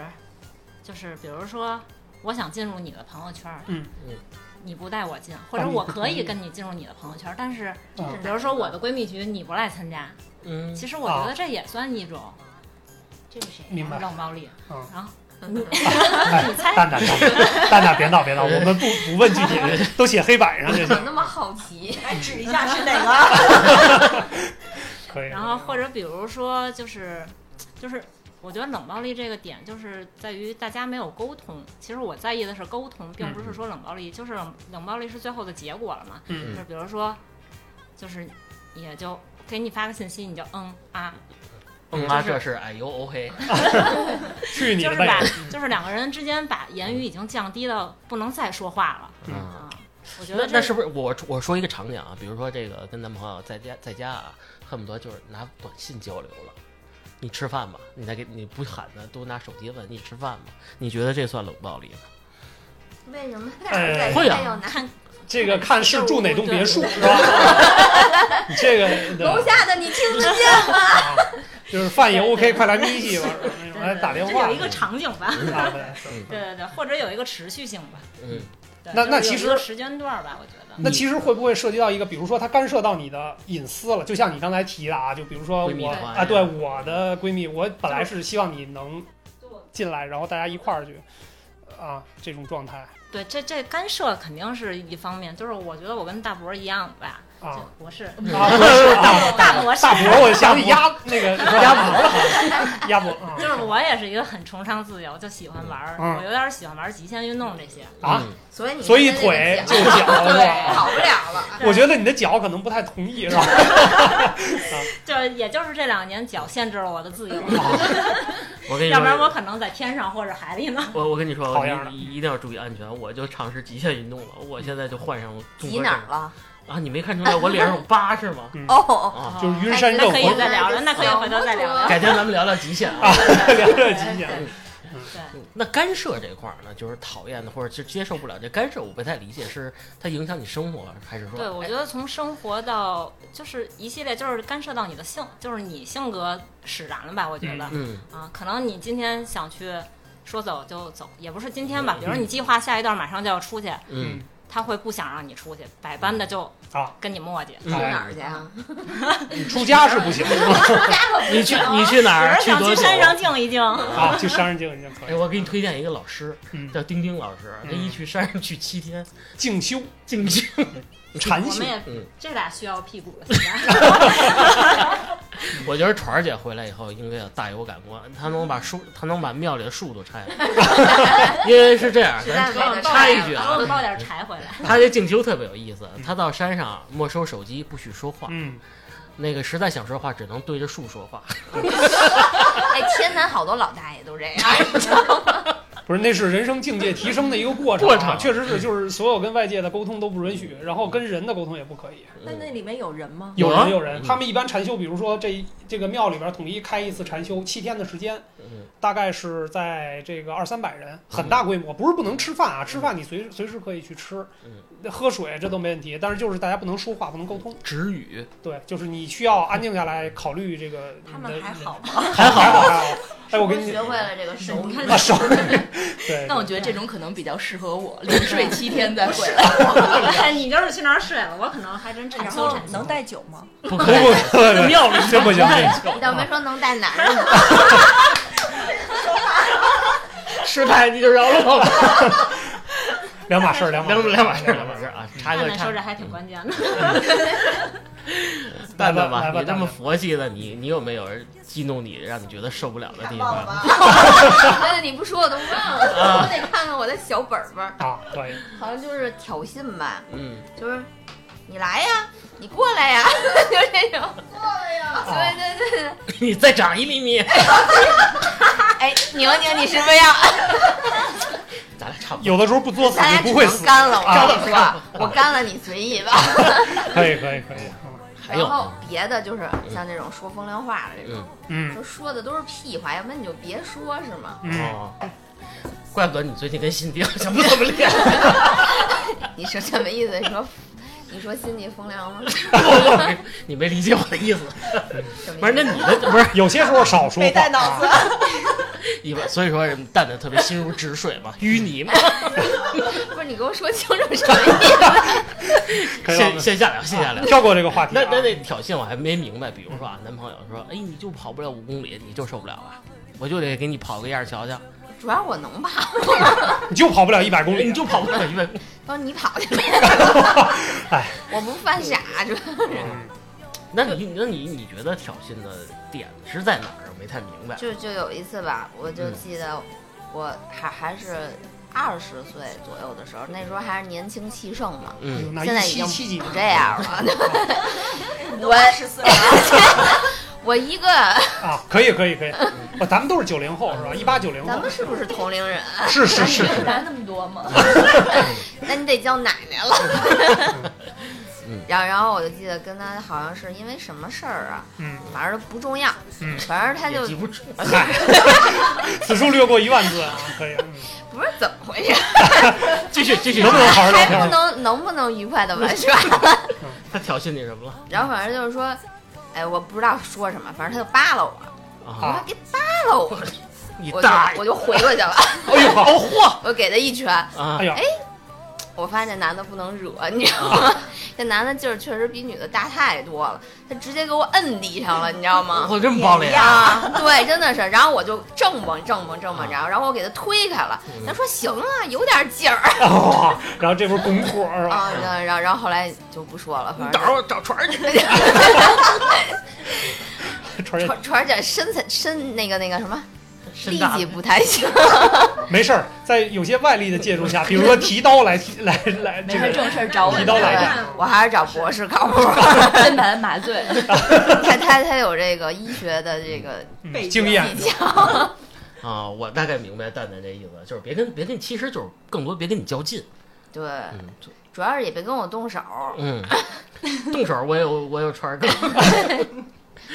D: 就是比如说我想进入你的朋友圈，
C: 嗯
A: 嗯
D: 你不带我进，或者我可以跟你进入你的朋友圈，但是
C: 嗯
D: 比如说我的闺蜜群你不来参加，
A: 嗯，
D: 其实我觉得这也算一种
B: 这是谁？
C: 明白，
D: 冷暴力。
C: 嗯
D: 然后
C: 哎
D: 你猜
C: 蛋蛋，蛋蛋蛋蛋，别闹别闹，我们不不问具体， 都写黑板上就
B: 怎
C: 行
B: 么。那么好奇？
I: 来指一下是 哪个？
C: 可以。
D: 然后或者比如说就是就是，我觉得冷暴力这个点就是在于大家没有沟通。其实我在意的是沟通，并不是说冷暴力，就是冷冷暴力是最后的结果了嘛。
C: 嗯
D: 就是比如说，就是也就给你发个信息，你就嗯啊，
A: 嗯啊，
D: 就是
A: 这是哎呦，OK，
C: 去你
D: 就
C: 的
D: 是
C: 呗
D: 把！就是两个人之间把言语已经降低到不能再说话了
C: 嗯
A: 啊，
D: 啊。我觉
A: 那
D: 得这
A: 那是不是我我说一个场景啊？比如说这个跟男朋友在家在家啊，恨不得就是拿短信交流了。你吃饭吧，你再给你不喊他，都拿手机问你吃饭吧。你觉得这算冷暴力吗？
B: 为什么俩
C: 哎
B: 人在
A: 会啊
B: 家要拿
C: 这个看是住哪栋别墅是吧？你这个
B: 楼
C: 对
B: 下的你听得见？
C: 啊，就是饭也 OK，快来咪西吧，是吧那种来打电
D: 这
C: 话
D: 有一个场景吧，
C: 啊，对是
D: 对对对，或者有一个持续性吧。
A: 嗯，
D: 对
C: 那
D: 就
C: 那
D: 是有
C: 其
D: 一
C: 实
D: 个时间段儿吧，我觉得。
C: 那其实会不会涉及到一个，比如说它干涉到你的隐私了？就像你刚才提的啊，就比如说
A: 闺蜜
C: 我
A: 团
C: 啊，对我的闺蜜，我本来是希望你能进来，然后大家一块儿去啊，这种状态
D: 对，这这干涉肯定是一方面，就是我觉得我跟大伯一样吧，
C: 啊
D: 就博士，
C: 啊，不是啊，
D: 大博士
C: 大，伯，我想起鸭那个鸭脖了，好像鸭脖啊
A: 嗯
D: 就是我也是一个很崇尚自由，就喜欢玩儿，
C: 嗯
D: 我有点儿喜欢玩儿极限运动这些。
C: 啊，
A: 嗯
B: 所以你
C: 所以
B: 跟那个
C: 腿
B: 姐
C: 就脚是吧？
B: 跑不了了。
D: 对
C: 我觉得你的脚可能不太同意是吧？
D: 就是也就是这两年脚限制了我的自由，
C: 嗯
A: 我跟你
D: 要不然
A: 说，
D: 我可能在天上或者海里 呢。
A: 我我跟你说，
C: 好样的
A: 你一一定要注意安全。我就尝试极限运动了，我现在就患上综合
B: 挤哪
A: 症
B: 儿了？
A: 啊！你没看出来我脸上有疤是吗？
C: 嗯
B: 哦，
A: 啊，
C: 就是晕山
D: 那
C: 症
D: 可
C: 回
D: 以再聊了，那可以回头再聊聊。
A: 改天咱们聊聊极限啊。 嗯
C: 聊这极限。
D: 对，
A: 那干涉这块儿呢，就是讨厌的或者是接受不了这干涉，我不太理解，是它影响你生活，还是说
D: 对，我觉得从生活到就是一系列，就是干涉到你的性，就是你性格使然了吧？我觉得
A: 嗯
D: 啊，可能你今天想去说走就走，也不是今天吧，比如说你计划下一段马上就要出去，
A: 嗯
D: 他会不想让你出去，百般的就
C: 啊
D: 跟你磨叽。
A: 嗯
B: 去哪儿去啊？
C: 你出家是不行的
A: 你去你去哪
D: 有
A: 儿
D: 人想
A: 多
D: 去
A: 久？嗯
D: 山上静一静，
C: 啊，去山上静一静可
A: 哎，
C: 以。
A: 我给你推荐一个老师，
C: 嗯，
A: 叫丁丁老师，
C: 嗯
A: 他一去山上去七天，
C: 静修
A: 静静。
C: 禅
D: 我
C: 修
D: 们也
A: 嗯，
D: 这俩需要 屁股了。现在
A: 我觉得船儿姐回来以后应该要大有感官，她能把树，她能把庙里的树都拆了， 因为是这样，
B: 实
D: 啊
A: 咱
B: 在没得
A: 插一
B: 拆
A: 句
D: 给
A: 啊
D: 我，们抱点柴 回来。
A: 她这静修特别有意思，她到山上没收手机，不许说话，
C: 嗯，
A: 那个实在想说话只能对着树说话。
B: 哎，天南好多老大爷都这样。
C: 不是，那是人生境界提升的一个过程啊。
A: 过程
C: 确实是，就是所有跟外界的沟通都不允许，然后跟人的沟通也不可以。
F: 那
A: 嗯
F: 那里面有人吗？
C: 有
A: 有啊
C: 人有
A: 嗯
C: 人，他们一般禅修，比如说这这个庙里边统一开一次禅修，七天的时间，
A: 嗯
C: 大概是在这个二三百人，很大规模，不是不能吃饭啊，吃饭你随随时可以去吃，
A: 嗯
C: 喝水这都没问题，但是就是大家不能说话，不能沟通，
A: 止语，
C: 对，就是你需要安静下来考虑这个。
F: 他们
C: 你的
F: 还好，吗？
C: 还好，还好，还好。哎，我给你
B: 学会了这个手语，
C: 啊，手，对，
G: 但我觉得这种可能比较适合我，连睡七天再回来。
D: 你就是去那儿睡了，我可能还真
F: 然
D: 产生
B: 啊
F: 后
D: 产
F: 能带酒 吗？
A: 不
C: 不
A: 可以，
C: 不不，
A: 庙里
C: 这不行，
B: 你倒没说能带哪儿呢？
A: 失态你就饶了我吧，
C: 两码事儿，两码
A: 两两码事儿，两
C: 两
A: 码事儿啊，插
D: 蛋
A: 个
D: 蛋
A: 插嗯
D: 说
A: 个
D: 这还挺关键的。
A: 蛋蛋
C: 来
A: 吧，
C: 吧
A: 你这
C: 蛋
A: 么
C: 蛋
A: 佛系的，你你有没有激怒你让你觉得受不了的地方？
B: 哎，你不说我都忘了，啊我得看看我的小本本儿。
C: 啊，可以，
B: 好像就是挑衅吧，
A: 嗯，
B: 就是你来呀，你过来呀， 就是这种。过来呀！哦对对对对。
A: 你再长一厘米，
B: 哎，宁宁，你是不是要？
A: 咱俩差不多。
C: 有的时候不作死
B: 咱俩
C: 就
B: 只
C: 不会死
B: 能，干了，我
C: 啊
B: 跟你说，我干了你随 意吧。
C: 可以，可以，可以，嗯
A: 还
B: 然
A: 有
B: 后别的就是像这种说风凉话的这种，
C: 嗯，
B: 就说的都是屁话，要不然你就别说，是吗？
C: 嗯，
A: 哦，
B: 哎
A: 怪不得你最近跟新 迪好像不 怎么练，
B: 你说什么意思？你说你说心里风凉吗？
A: 我我没你没理解我的意思。
B: 什么意思
A: 不是，那你的不是
C: 有些时候少说话，
E: 没带脑 子
C: 啊，
A: 一般，所以说人蛋蛋特别心如止水嘛，淤泥嘛。
B: 不是你给我说清楚什么意思？
C: 可以
A: 线
C: 了
A: 线下聊，线下聊。
C: 跳过这个话题
A: 那
C: 啊，
A: 那那挑衅我还没明白，比如说啊，男朋友说，哎，你就跑不了五公里，你就受不了了，我就得给你跑个样儿瞧瞧，
B: 主要我能跑，
C: 你就跑不了一百公里
A: 哎
C: 啊
A: 你，就跑不了一 百公里。
B: 帮你 跑去呗。
C: 哎，
B: 我不犯傻，主要是
C: 嗯
A: 那你那你你觉得挑衅的点是在哪儿？我啊没太明白。
B: 就就有一次吧，我就
A: 嗯
B: 记得我还还是二十岁左右的时候，那时候还是年轻气盛嘛，
A: 嗯，
C: 那
B: 现在
C: 一
B: 已
C: 期
B: 经
C: 七几
B: 不这样了。我
E: 二十岁了，
B: 我一个，
C: 啊，可以可以可以，哦，咱们都是九零后是吧？一八九零
B: 咱
C: 后
B: 们，是不是同龄人？
C: 是是是，
G: 不然那么多吗？
B: 那你得叫奶奶了。
A: 嗯
B: 然后，然后我就记得跟他好像是因为什么事儿啊，
C: 嗯
B: 反正不重要，
C: 嗯
B: 反正他就
A: 也记不 住。
C: 嗨， 此处略过一万字啊，可以，嗯
B: 不是怎么回事，
A: 继续继续，
C: 能不 能好好聊
B: 还不
C: 天？
B: 能能不能愉快的玩耍？
A: 他挑衅你什么了？
B: 然后反正就是说，哎，我不知道说什么，反正他就扒拉我，我
A: 啊，
B: 说
C: 啊
B: 给扒拉我，
A: 你
B: 我就
A: 大爷
B: 我！就回过去了，
C: 哎呦，好嚯！
B: 我给他一拳，
A: 啊
C: 哎，呀，
B: 我发现这男的不能惹，你知道吗？ 这男的劲儿确实比女的大太多了，他直接给我摁地上了，你知道吗？
A: 我这么暴力啊！
B: 啊，对，真的是。然后我就正蹦正蹦正蹦着，
C: 啊
B: 然后我给他推开了。
C: 嗯
B: 他说行啊，有点劲儿
C: 哇 然后这不是拱火是吧？
B: 啊。然后然后然后后来就不说了，反
A: 找
B: 正
A: 着找船 去。
C: 传人
B: 传传点身材身那个那个什么
A: 身
B: 力
A: 大
B: 气不太 行。
C: 没事儿，在有些外力的介入下，比如说提刀来 来来这
G: 没
C: 个
G: 正事
F: 哎
G: 儿 找我，
C: 提刀来
B: 对
C: 着，
B: 我还是找博士 靠谱。
G: 先把他麻醉。
B: 他他他有这个医学的这个
C: 嗯经验
B: 技巧。
A: 啊，我大概明白蛋蛋这意思，就是别跟别跟，其实就是更多别跟你较劲。
B: 对，
A: 嗯，
B: 主要是也别跟我动手。
A: 嗯，动手我有我有川儿哥。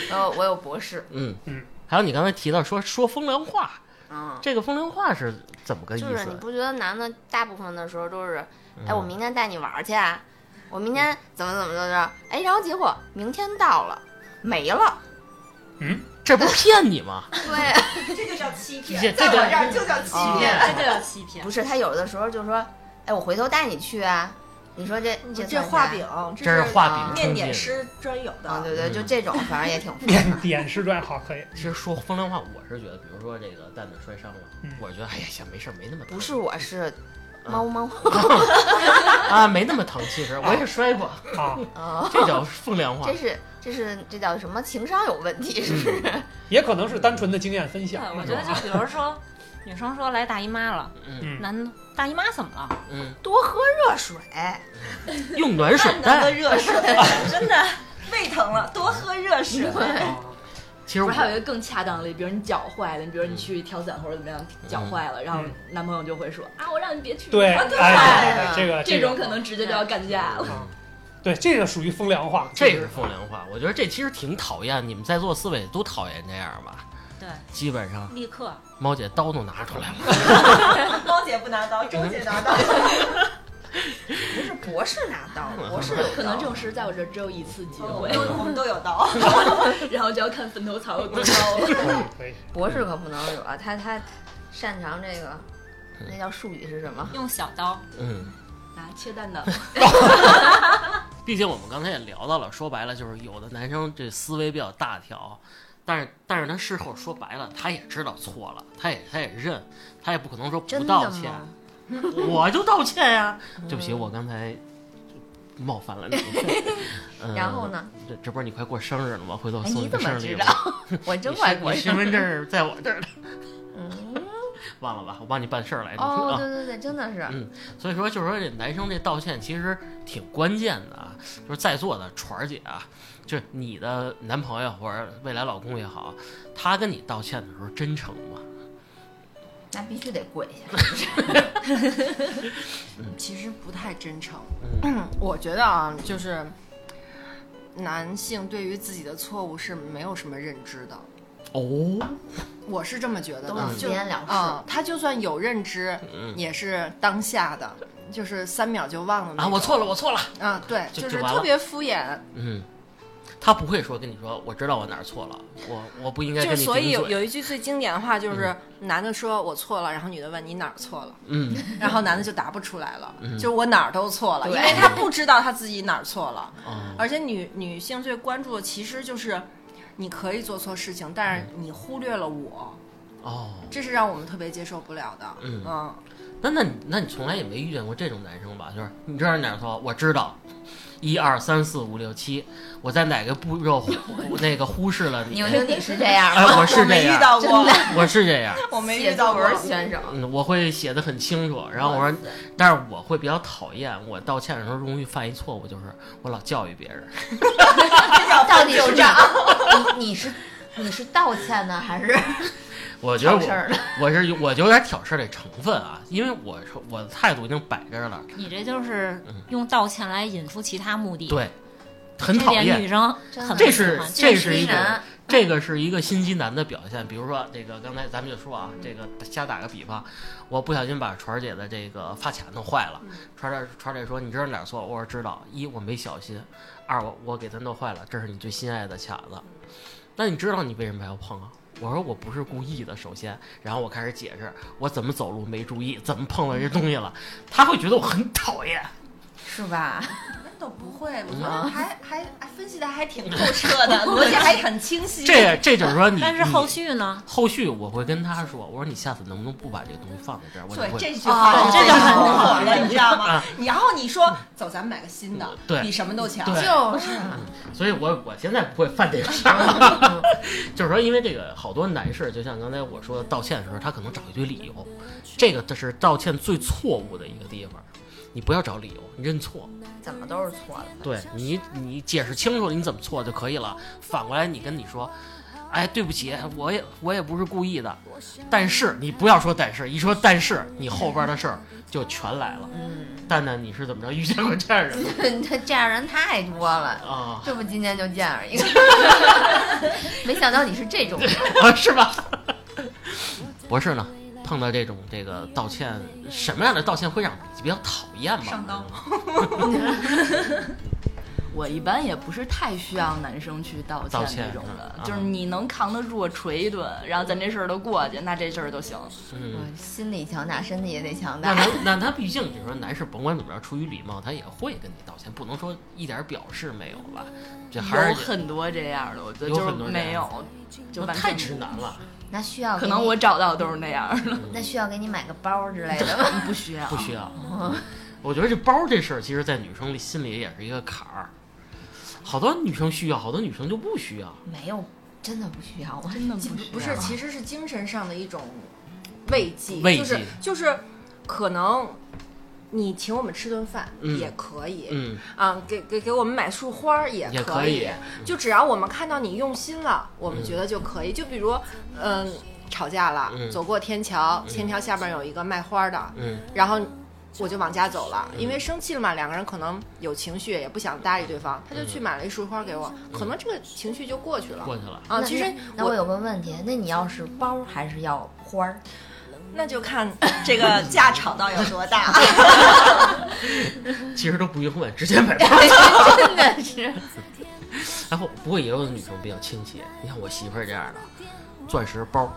B: 呃，我有博士，
A: 嗯
C: 嗯，
A: 还有你刚才提到说说风凉话，
B: 嗯。
A: 这个风凉话是怎么个意
B: 就是
A: 思？
B: 你
A: 嗯
B: 不觉得男的大部分的时候都是，哎，我明天带你玩儿去啊，我明天怎么怎么着，哎，然后结果明天到了，没了，
A: 这不是骗你 吗？
B: 对，
E: 这就叫欺
A: 这
E: 骗，
A: 这
E: 在我
A: 叫
E: 这儿就叫欺骗。
B: 哦
D: 这就叫欺骗
B: 不。是他有的时候就说，哎，我回头带你去啊，你说这这
F: 这
B: 算
F: 画
B: 啥
F: 饼，这
A: 这是
F: 是
A: 画饼
F: 面
A: 充
F: 点
A: 饥。
F: 师专有
B: 啊，
F: 的。
B: 对
A: 嗯
B: 对，就这种反正也 挺
C: 面点师专好可以，
A: 其实说风凉话，我是觉得，比如说这个蛋蛋摔伤了
C: 嗯，
A: 我觉得哎呀，行，没事儿，没那么疼
B: 不是我是
A: 嗯
B: 猫猫
A: 啊，没那么疼。其实我也摔 过，
C: 啊，
B: 啊，
A: 这叫风凉话
B: 这。是这是这叫什么情商有问
A: 嗯
B: 题是不是？
C: 也可能是单纯的经验分
D: 对
C: 享，，
D: 我觉得就比如说，女生说来大姨妈了，
A: 嗯
D: 男的大姨妈怎么了？
A: 嗯，
B: 多喝热水，
A: 用暖水
E: 难得
A: 袋。
E: 热 水，
D: 真的，
E: 胃疼了多喝热水。
A: 其实
C: 啊
G: 不
A: 我嗯
G: 是还有一个更恰当的例，比如你脚坏了，你比如你去跳伞或者怎么样，脚坏
A: 嗯
G: 了，然后男朋友就会说 啊，我让你别去。
C: 对，
G: 啊
C: 哎
G: 对
C: 哎，哎这个
G: 这
C: 个
G: 种可能直接就要干架了。
C: 啊，对，这个属于风凉话，
A: 这是风凉话，我觉得这其实挺讨厌，你们在座四位都讨厌这样吧？
D: 对，
A: 基本上
D: 立刻
A: 猫姐刀都拿出来了，
E: 猫姐不拿刀，周姐拿刀。
B: 不是博士拿到，
A: 嗯
B: 博士
G: 可能这种事在我这儿只有一次机
E: 我
G: 会
E: 们， 都我们都有刀。
G: 然后就要看坟头 草有多高了。
C: 可以可以，
B: 博士可不能惹，他他擅长这个，那叫术语是什么？
D: 用小刀，
A: 嗯。
G: 啊，切蛋的，
A: 毕竟我们刚才也聊到了，说白了就是有的男生这思维比较大条，但是但是他事后说白了，他也知道错了，他也他也认，他也不可能说不
B: 真
A: 道
B: 的
A: 歉，
B: 吗？嗯
A: 我就道歉呀、对不起，我刚才冒犯 了你。嗯
B: 然 后？呢？
A: 这这不是你快过生日了吗？回头
B: 哎，
A: 送
B: 你
A: 个
B: 怎
A: 生
B: 么
A: 日礼
B: 知
A: 物。
B: 道？ 我真
A: 你
B: 快
A: 身
B: 过
A: 你
B: 生
A: 身
B: 日。
A: 份证儿在我这儿呢，
B: 嗯
A: 忘了吧？我帮你办事儿来 着。
B: 哦，
A: 啊
B: 对对对，真的是
A: 嗯。所以说，就是说这男生这道歉其实挺关键的啊，就是在座的船儿姐啊，就是你的男朋友或者未来老公也好，他跟你道歉的时候真诚吗？
B: 那必须得跪
A: 嗯
B: 下。
F: 其实不太真诚。
A: 嗯
F: 我觉得啊，就是男性对于自己的错误是没有什么认知的，
A: 哦，
F: 我是这么觉得
B: 都
F: 的。
B: 是
F: 就
B: 敷衍了事
F: 嗯，他就算有认知，
A: 嗯
F: 也是当下的，就是三秒就忘了那
A: 啊，
F: 种
A: 我错了，我错了，
F: 啊，对，
A: 就
F: 就是
A: 就完
F: 特
A: 了
F: 别敷衍。
A: 嗯。他不会说跟你说，我知道我哪儿错了，我我不应该
F: 就
A: 跟
F: 是
A: 你顶
F: 所以有
A: 嘴。
F: 有一句最经典的话就是，男的说我错了，然后女的问你哪儿错了，
A: 嗯，
F: 然后男的就答不出来了，
A: 嗯
F: 就是我哪儿都错了，因
B: 对
F: 为他不知道他自己哪儿错了。
A: 哦，
F: 而且女女性最关注的其实就是，你可以做错事情，但是你忽略了我，
A: 哦，
F: 这是让我们特别接受不了的。
A: 嗯
F: 嗯，
A: 那那你那你从来也没遇见过这种男生吧？就是你知道你哪儿错，我知道，一二三四五六七，我在哪个步骤忽那个忽视了你
B: 牛？牛，你是这样
A: 哎，
B: 吗？
A: 我是
E: 我
A: 这
E: 没遇
A: 样，
E: 到过，
A: 我是这样。
E: 我没
B: 写
E: 遇到
B: 作
E: 过。
B: 文选手，
A: 嗯，我会写的很清楚，然后我说，但是我会比较讨厌，我道歉的时候容易犯一错误，就是我老教育别人。
B: 到底是 你你你是你是道歉呢，还是
A: 我觉得
B: 挑事儿
A: 我
B: 呢？
A: 我是我就有点挑事儿的成分啊，因为我是我的态度已经摆这儿了，
D: 你这就是用道歉来引出其他目的，，
A: 嗯对，很
D: 这
A: 讨
D: 点女
A: 厌。
D: 生
B: 真
D: 很
B: 的
A: 这是
D: 不喜
A: 这
D: 欢
B: 这
A: 是
B: 是
A: 一
B: 一
A: 种
B: 男，
A: 这个是一个心机男的表现。比如说这个刚才咱们就说啊，这个瞎打个比方，我不小心把船儿姐的这个发卡弄坏
D: 嗯
A: 了，船儿姐船儿姐说你知道哪儿错？我说知道，一我没小心，二我我给她弄坏了，这是你最心爱的卡子，那你知道你为什么要碰啊？我说我不是故意的，首先，然后我开始解释我怎么走路没注意，怎么碰到这东西了，他会觉得我很讨厌。
B: 是吧？
F: 都不会，我
A: 觉
B: 啊
A: 得
F: 还还分析的还挺透 彻的，逻辑还很清晰
A: 这这就是说你，
D: 嗯但是
A: 你
D: 后续呢？
A: 后续我会跟他说，我说你下次能不能不把这个东西放在这儿？我就
F: 对，
A: 会
F: 这句话
B: 哦
F: 这
B: 这就
F: 很
B: 很
F: 火了，你知道吗
A: 啊？
F: 然后你说走，咱们买个新的，
A: 对
F: 比什么都强。
A: 对
B: 就是
A: 所以我我现在不会犯这个事儿，就是说，因为这个好多男士，就像刚才我说的道歉的时候，他可能找一堆理由，这个这是道歉最错误的一个地方。你不要找理由，你认错，
B: 怎么都是错的。
A: 对你你解释清楚了你怎么错就可以了。反过来你跟你说，哎，对不起，我也我也不是故意的，但是你不要说但是，一说但是，你后边的事儿就全来了。
B: 嗯，
A: 蛋蛋，你是怎么着遇见过这样的人 吗
B: 这这样人太多了，
A: 啊？
B: 这不今天就见着一个， 没想到你是这种人。
A: 啊，是 吧？博士呢？碰到这种这个道歉，什么样的道歉会让你比较讨厌吗？
F: 上当
G: 我一般也不是太需要男生去道歉
A: 道歉
G: 那种的，
A: 嗯
G: 就是你能扛得住我捶一顿，然后咱这事儿都过去，那这事儿就行。
A: 嗯，
B: 我心理强大，身体也得强
A: 那
B: 大。
A: 他那他毕竟就是说，男士甭管怎么着，出于礼貌，他也会跟你道歉，不能说一点表示没有吧？这还
G: 有
A: 是
G: 很多这样的，我觉得
A: 有
G: 就是
A: 很多这样
G: 没有，就完全
A: 太直男了，
B: 那需要给
G: 可
B: 你
G: 能我找到的都是那样 的，
B: 那需要给你买个包之类的吗？
G: 不需要
A: 不。需要。我觉得这包这事儿，其实，在女生里心里也是一个坎儿。好多女生需要，好多女生就不需要。
B: 没有，真的不需要。我
G: 真的
F: 不
G: 需要
F: 不
A: 啊
F: 是，其实是精神上的一种慰藉，
A: 慰藉
F: 就是就是可能你请我们吃顿饭
A: 嗯
F: 也可以，
A: 嗯，
F: 啊，给给给我们买束花儿也
A: 也
F: 可
A: 可以嗯
F: 就只要我们看到你用心了，我们觉得就可以。就比如，嗯、吵架了，
A: 嗯
F: 走过天桥，天桥下边有一个卖花儿的，
A: 嗯，
F: 然后我就往家走了，因为生气了嘛，两个人可能有情绪，也不想搭理对方，他就去买了一束花给我，可能这个情绪就过去了。
A: 嗯过去了。
F: 啊，
B: 那
F: 其实
B: 那我有个问题，那你要是包还是要花儿？
F: 那就看 这个架吵到有 多大。
A: 啊其实都不用问，直 接买包。
B: 真的是，
A: 然后不过也有的女生比较清晰，你看我媳妇儿这样的，钻石包，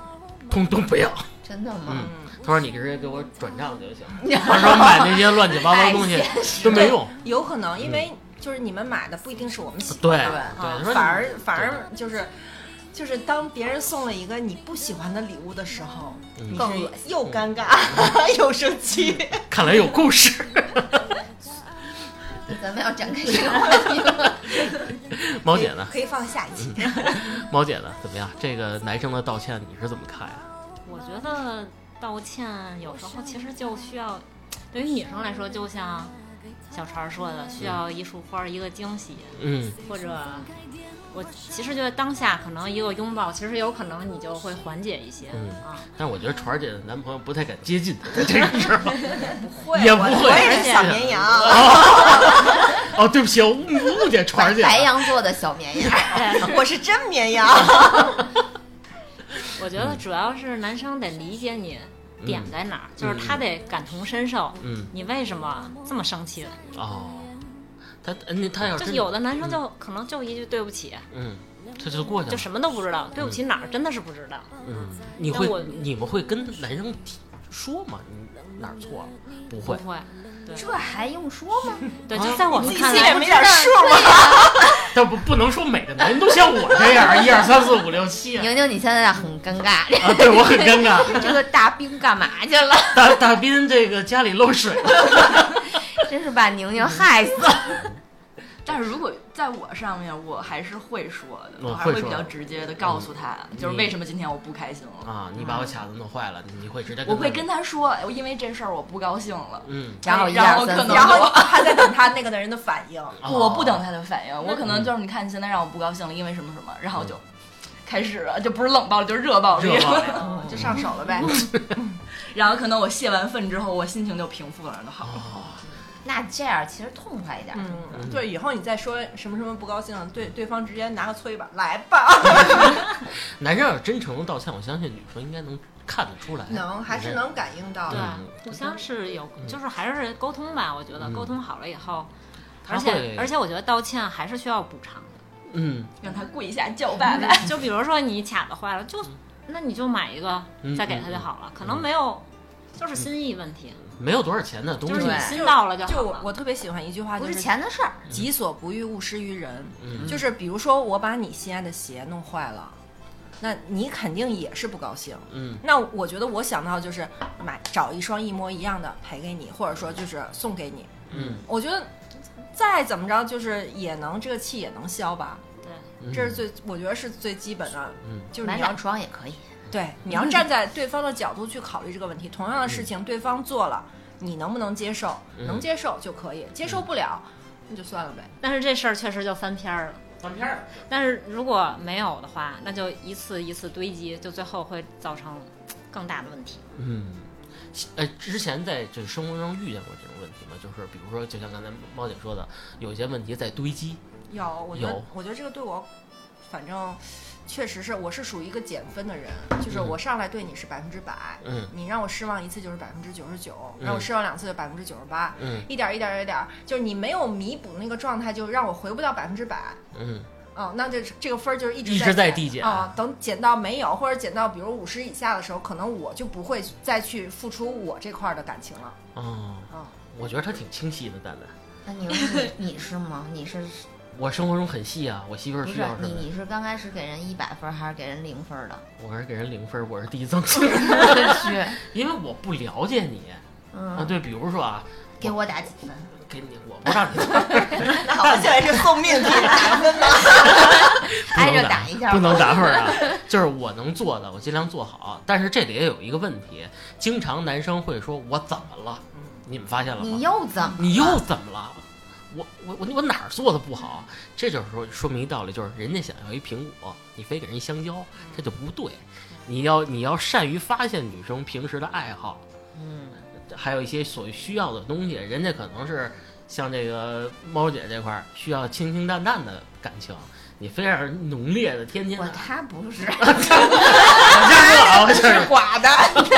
A: 通通不要。
B: 真的吗？
A: 嗯，她说你直接给我转账就 行。她说买那些乱七八糟东西都没用。
F: 有可能，因为就是你们买的不一定是我们喜
A: 对
F: 欢
A: 对
F: 的，
B: 哦
F: 啊
A: 你说，你
F: 反而反而就是。就是当别人送了一个你不喜欢的礼物的时候，
A: 嗯
F: 你
B: 更
F: 是
B: 恶心
F: 又尴尬 又生气。
A: 看来有故 事。
B: 咱们要展开这个话题了。
A: 毛姐呢？
F: 可以放下一期。
A: 嗯毛姐呢？怎么样？这个男生的道歉你是怎么看呀？
D: 我觉得道歉有时候其实就需要，对于女生来说，就像小船说的，需要一束花，一个惊喜，
A: 嗯
D: 或者我其实觉得当下可能一个拥抱，其实有可能你就会缓解一些、
A: 嗯
D: 啊。
A: 但我觉得船儿姐的男朋友不太敢接近她， 这个事儿吧
F: 会
A: 也不
F: 我
A: 会
F: 我也是 小绵羊，
A: 哦，对不起，我误误解船儿姐了。
B: 白羊座的小绵羊，
F: 我是真绵羊。
A: 嗯
D: 我觉得主要是男生得理解你点在哪儿，就是他得感同身受，
A: 嗯
D: 你为什么这么生气？
A: 哦，他那他要
D: 就
A: 真
D: 是有的男生就、可能就一句对不起，
A: 嗯，他就过去
D: 就
A: 了。
D: 什么都不知道，对不起哪儿真的是不知道。
A: 嗯，你
D: 那
A: 会
D: 我
A: 你们会跟男生提说吗？你哪儿错了？不
D: 不
A: 会，
D: 会，
B: 这还用说吗？
D: 对，
A: 啊
D: 就在我们看
F: 心里
D: 来，
F: 没点数吗？
A: 但不不能说每个男人都像我这样，一二三四五六七啊，
B: 宁宁，你现在很尴尬，
A: 对我很尴尬。
B: 这个大兵干嘛去了？
A: 大大斌这个家里漏水了，
B: 真是把宁宁害死了。
G: 但是如果在我上面，我还是会说的，
A: 我
G: 我
A: 嗯
G: 还
A: 会
G: 会比
A: 说
G: 较
A: 的
G: 直接的告诉他，就是
A: 你
G: 为什么今天我不开心了。
A: 啊，你把我卡子弄坏了，你会直接
G: 我
A: 他
G: 会跟他说，哎因为这事儿我不高兴了。
A: 嗯，
F: 然后
G: 哎
F: 一
G: 然
F: 二
G: 后
F: 三
G: 可
F: 四
G: 能
F: 然后
G: 我
F: 他在等他那个的人的反应。
A: 啊嗯
G: 我不等他的反应，我可能就是你看你现在让我不高兴了，因为什么什么，然后就开始了，就不是冷暴力，就是热暴力
A: 热。爆了
F: 嗯就上手了呗，
G: 然后可能我泄完愤之后，我心情就平复了，就好了。
A: 啊，
B: 那这样其实痛快一点。
F: 嗯
A: 嗯，
F: 对，以后你再说什么什么不高兴，对对方直接拿个搓衣板来吧，
A: 男生要是真诚地道歉，我相信女生应该能看得出来，
F: 能还是能感应到
D: 对
F: 的。
A: 嗯，
D: 互相是有，
A: 嗯
D: 就是还是沟通吧。我觉得
A: 嗯
D: 沟通好了以后，
A: 他
D: 而
A: 会
D: 且而且我觉得道歉还是需要补偿的。
A: 嗯
G: 让他跪下叫爸爸。
D: 就比如说你卡子坏了，就那你就买一个
A: 嗯，
D: 再给他就好了，可能没有，就是心意问题，
A: 嗯，没有多少钱的东
D: 就是
A: 西
D: 你，心到了就
F: 就
D: 好
F: 我
D: 了。
F: 我特别喜欢一句话，
B: 不
F: 就是是
B: 钱的事儿，
F: 己所不欲，勿施于人。
A: 嗯
F: 就是比如说，我把你心爱的鞋弄坏了，那你肯定也是不高兴。
A: 嗯
F: 那我觉得我想到就是买找一双一模一样的赔给你，或者说就是送给你。
A: 嗯，
F: 我觉得再怎么着，就是也能这个气也能消吧，
A: 嗯
F: 这是最我觉得是最基本的。
A: 嗯
F: 就是
B: 买
F: 你要
B: 两双也可以。
F: 对你要站在对方的角度去考虑这个问题，同样的事情对方做了，你能不能接受？
A: 嗯
F: 能接受就可以，接受不了那就算了呗。
D: 但是这事儿确实就翻篇儿了。
A: 翻篇儿，
D: 但是如果没有的话，那就一次一次堆积，就最后会造成更大的问题。
A: 嗯。哎，之前在这生活中遇见过这种问题吗？就是比如说，就像刚才猫姐说的，有一些问题在堆积。
F: 有，我觉得
A: 有，
F: 我觉得这个对我，反正确实是，我是属于一个减分的人，就是
A: 嗯
F: 我上来对你是百分之百，
A: 嗯
F: 你让我失望一次就是百分之九十九，
A: 嗯
F: 让我失望两次就百分之九十八，
A: 嗯
F: 一点儿一点儿一点儿，就是你没有弥补那个状态，就让我回不到百分之百。
A: 嗯
F: 哦，那这这个分儿就是一直
A: 一直在
F: 减
A: 递减
F: 啊、等减到没有或者减到比如五十以下的时候，可能我就不会再去付出我这块儿的感 情了。
A: 哦
F: 哦，
A: 我觉得他挺清晰的，蛋蛋。
B: 那你你你是吗？你是
A: 我生活中很细啊，我媳妇儿
B: 不
A: 需
B: 是
A: 要什
B: 你
A: 么？
B: 你是刚开始给人一百分儿还是给人零分儿的？
A: 我是给人零分儿，我是递增，
B: 是，
A: 因为我不了解你啊。
B: 嗯，
A: 对，比如说啊，
B: 给我打几分？
A: 给你，我不让你
E: 好，现在是送 命题，
B: 挨着打一下吧
A: 不能打分儿 啊。就是我能做的，我尽量做好。但是这里也有一个问题，经常男生会说我怎么了？你们发现了吗？
B: 嗯你又怎么？
A: 你又怎么了？我我我我哪儿做的不好？这就是说说明一道理，就是人家想要一苹果，你非给人一香蕉，这就不对。你要你要善于发现女生平时的爱好，
B: 嗯，
A: 还有一些所需要的东西，人家可能是像这个猫姐这块儿需要清清淡淡的感情，你非让人浓烈的天天的
B: 我。他不是，
A: 我瞎说啊，我瞎说，
E: 寡 的。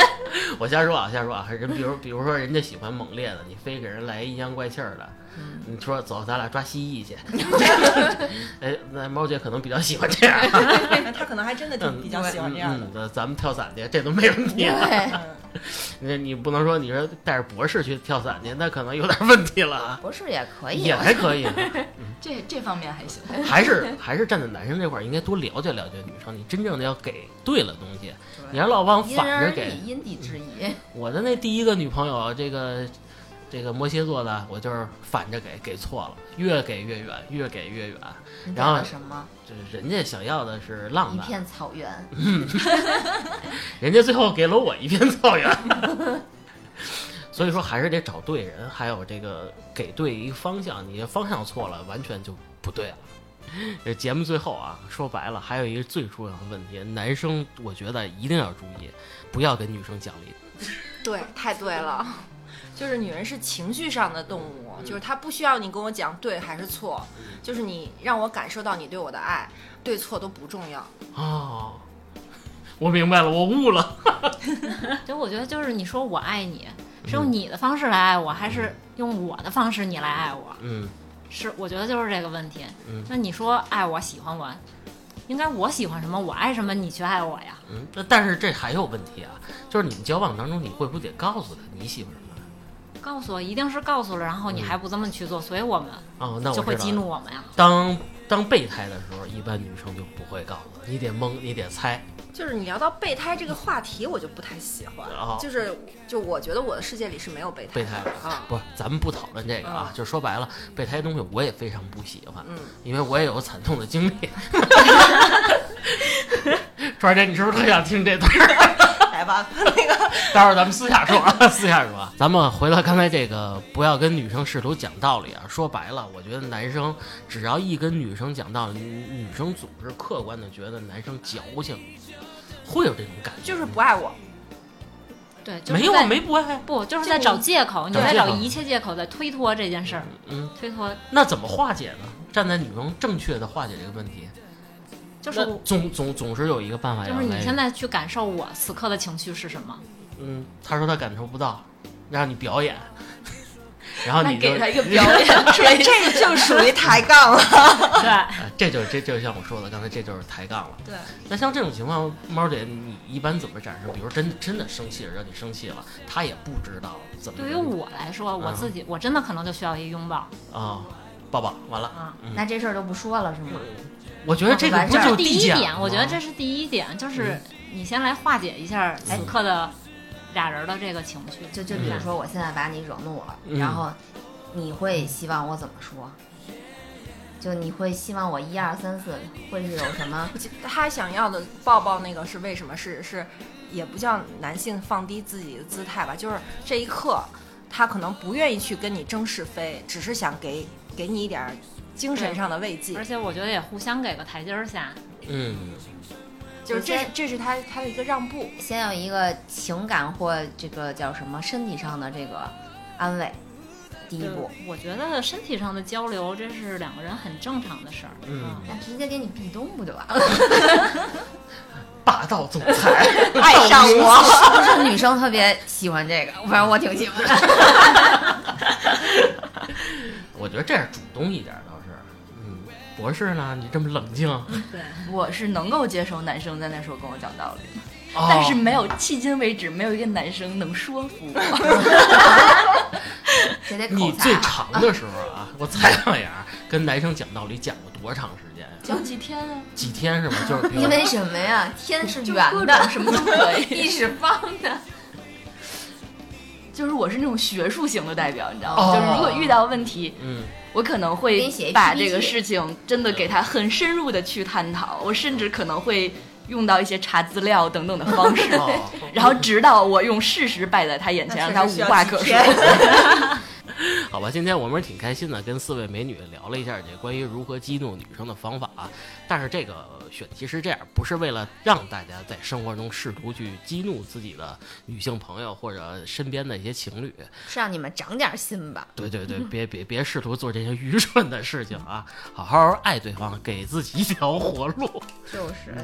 A: 我瞎说啊，瞎说啊。人比如比如说人家喜欢猛烈的，你非给人来阴阳怪气儿的，你说走，咱俩抓蜥蜴去。 哎，那猫姐可能比较喜欢这样，
E: 哎他可能还真的挺比较喜欢这样的。嗯
A: 嗯，嗯咱们跳伞去，这都没问题。
B: 对，
A: 那你不能说你说带着博士去跳伞去，那可能有点问题了啊。
B: 不是也可以
A: 也。还可以，
G: 这这方面还行。
A: 还是还是站在男生这块儿，应该多了解了解女生。你真正的要给对了东西，你还老往
B: 因人
A: 反
B: 而
A: 着给，
B: 异，因地制宜。
A: 我的那第一个女朋友，这个这个摩羯座的，我就是反着给，给错了，越给越远，越给越远。
B: 你
A: 然后
B: 讲的什么？
A: 就是人家想要的是浪
B: 一
A: 漫，
B: 片草原。
A: 人家最后给了我一片草原。 所以说，还是得找对人，还有这个给对一个方向，你的方向错了，完全就不对了。这节目最后啊，说白了，还有一个最重要的问题，男生我觉得一定要注意，不要给女生讲理。
F: 对，太对了。就是女人是情绪上的动物，就是她不需要你跟我讲对还是错，就是你让我感受到你对我的爱，对错都不重要。
A: 哦，我明白了，我悟了。嗯
D: 就我觉得，就是你说我爱你，是用你的方式来爱我，还是用我的方式你来爱我？
A: 嗯
D: 是，我觉得就是这个问题。
A: 嗯
D: 那你说爱我、喜欢我，应该我喜欢什么，我爱什么，你去爱我呀？
A: 嗯，那但是这还有问题啊，就是你们交往当中，你会不会得告诉他你喜欢什么？
D: 告诉我，一定是告诉了，然后你还不这么去做，所以我们
A: 哦，嗯那我
D: 就会
A: 知道
D: 激
A: 了
D: 怒我们呀。
A: 当当备胎的时候，一般女生就不会告诉他，你得蒙，你得猜。
F: 就是你聊到备胎这个话题，我就不太喜欢。
A: 啊
F: 就是就我觉得我的世界里是没有备胎
A: 备
F: 的
A: 胎
F: 啊。
A: 不是，咱们不讨论这个啊
F: 啊，
A: 就说白了，备胎东西我也非常不喜欢，
F: 嗯，
A: 因为我也有惨痛的经历。川儿姐，你是不是特想听这段儿？
E: 来吧，那个
A: 待会儿咱们私下说啊，私下说啊。咱们回到刚才这个，不要跟女生试图讲道理啊。说白了，我觉得男生只要一跟女生讲道理，女女生总是客观的觉得男生矫情，会有这种感觉。
F: 就是不爱我，
D: 对，就是、
A: 没有啊，没不爱。
D: 不就是在找借口，你
A: 找
D: 在
A: 借
D: 找
A: 口
D: 一切借口在推脱这件事儿，
A: 嗯，
D: 推脱
A: 那怎么化解呢？站在女生正确的化解这个问题，
D: 就是
A: 那哎总总总是有一个办法
D: 就
A: 要
D: 是
A: 来。
D: 你现在去感受我此刻的情绪是什 么，
A: 嗯，他说他感受不到，让你表演， 然后
G: 那
A: 你就
G: 给他一个表 演，说一
E: 这就属 于抬杠了。
D: 对，
A: 啊这就这就像我说的，刚才这就是抬杠了。
F: 对，
A: 那像这种情况，猫姐，你一般怎么展示？比如真真的生气了，让你生气了，他也不知道怎么
D: 对于我来说，我
A: 嗯
D: 自己我真的可能就需要一个拥抱
A: 啊、抱抱完了。
D: 啊。
A: 嗯
B: 那这事儿就不说了是吗？
A: 我觉得这个
B: 完
A: 不
B: 事儿
D: 这
A: 就是是
D: 第一
A: 减
D: 点，我觉得
A: 吗嗯哎
D: 这是第一点，就是你先来化解一下此刻的俩人的这个情绪。
B: 就就比如
A: 嗯
B: 说我现在把你惹怒了，
A: 嗯
B: 然后你会希望我怎么说？就你会希望我一二三四会是有什么？
F: 他想要的抱抱那个是为什么？是是，也不叫男性放低自己的姿态吧，就是这一刻，他可能不愿意去跟你争是非，只是想给给你一点儿精神上的慰藉
D: 而。且我觉得也互相给个台阶儿下，
A: 嗯，
F: 就是
B: 首
F: 这是
B: 先
F: 这是他他的一个让步，
B: 先有一个情感或这个叫什么身体上的这个安慰，第一
D: 对
B: 步。，
D: 我觉得身体上的交流，这是两个人很正常的事儿。啊
A: 嗯
B: 那直接给你壁咚不就完了？
A: 霸道总裁
B: 爱上我， 是不是女生特别喜欢这个？反正我挺喜欢的。
A: 我觉得这样主动一点倒是。嗯，博士呢？你这么冷静， 啊
G: 我是能够接受男生在那时候跟我讲道理，
A: 哦
G: 但是没有，迄今为止没有一个男生能说服我。
B: 这得
A: 你
B: 口才
A: 最
B: 啊。
A: 长的时候啊，我采访眼儿跟男生讲道理讲过多长时间？
G: 讲几天啊？
A: 几天是吗？就是比如
B: 因为什么呀？天是
G: 就
B: 圆
G: 各种
B: 的，
G: 什么都 可以。
B: 地是方的。
G: 就是我是那种学术型的代表，你知道
A: 哦
G: 吗？就是如果遇到问题，
A: 嗯，
G: 我可能
B: 给
G: 会
B: 你写一
G: 把
B: PPT
G: 这个事情真的给他很深入的去探讨，我甚至可能会用到一些查资料等等的方 式，
A: 哦，
G: 然后直到我用事实摆在他眼前，让他无话可说。
A: 好吧，今天我们挺开心的，跟四位美女聊了一下这关于如何激怒女生的方法啊。但是这个选题是这样，不是为了让大家在生活中试图去激怒自己的女性朋友或者身边的一些情侣，
B: 是让你们长点心吧。
A: 对对对，别别别试图做这些愚蠢的事情啊！好好爱对方，给自己一条活路。
B: 就是，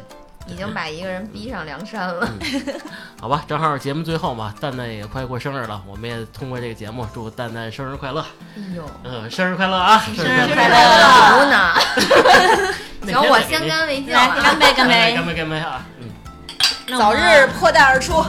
B: 已经把一个人逼上梁山了。
A: 好吧，正好节目最后嘛，蛋蛋也快过生日了，我们也通过这个节目祝蛋蛋生日快乐，
B: 哎呦，
A: 嗯、生日快乐啊！生日
B: 快乐
G: 乐
B: 礼物呢？
A: 哪天
B: 行，我
A: 再给
B: 先
A: 您
B: 干为 敬
D: 来，
B: 啊。
D: 干杯，干
A: 干杯，
D: 杯！
A: 干杯，干杯啊！嗯。
D: 那我
E: 早
D: 们
E: 日脱单而出。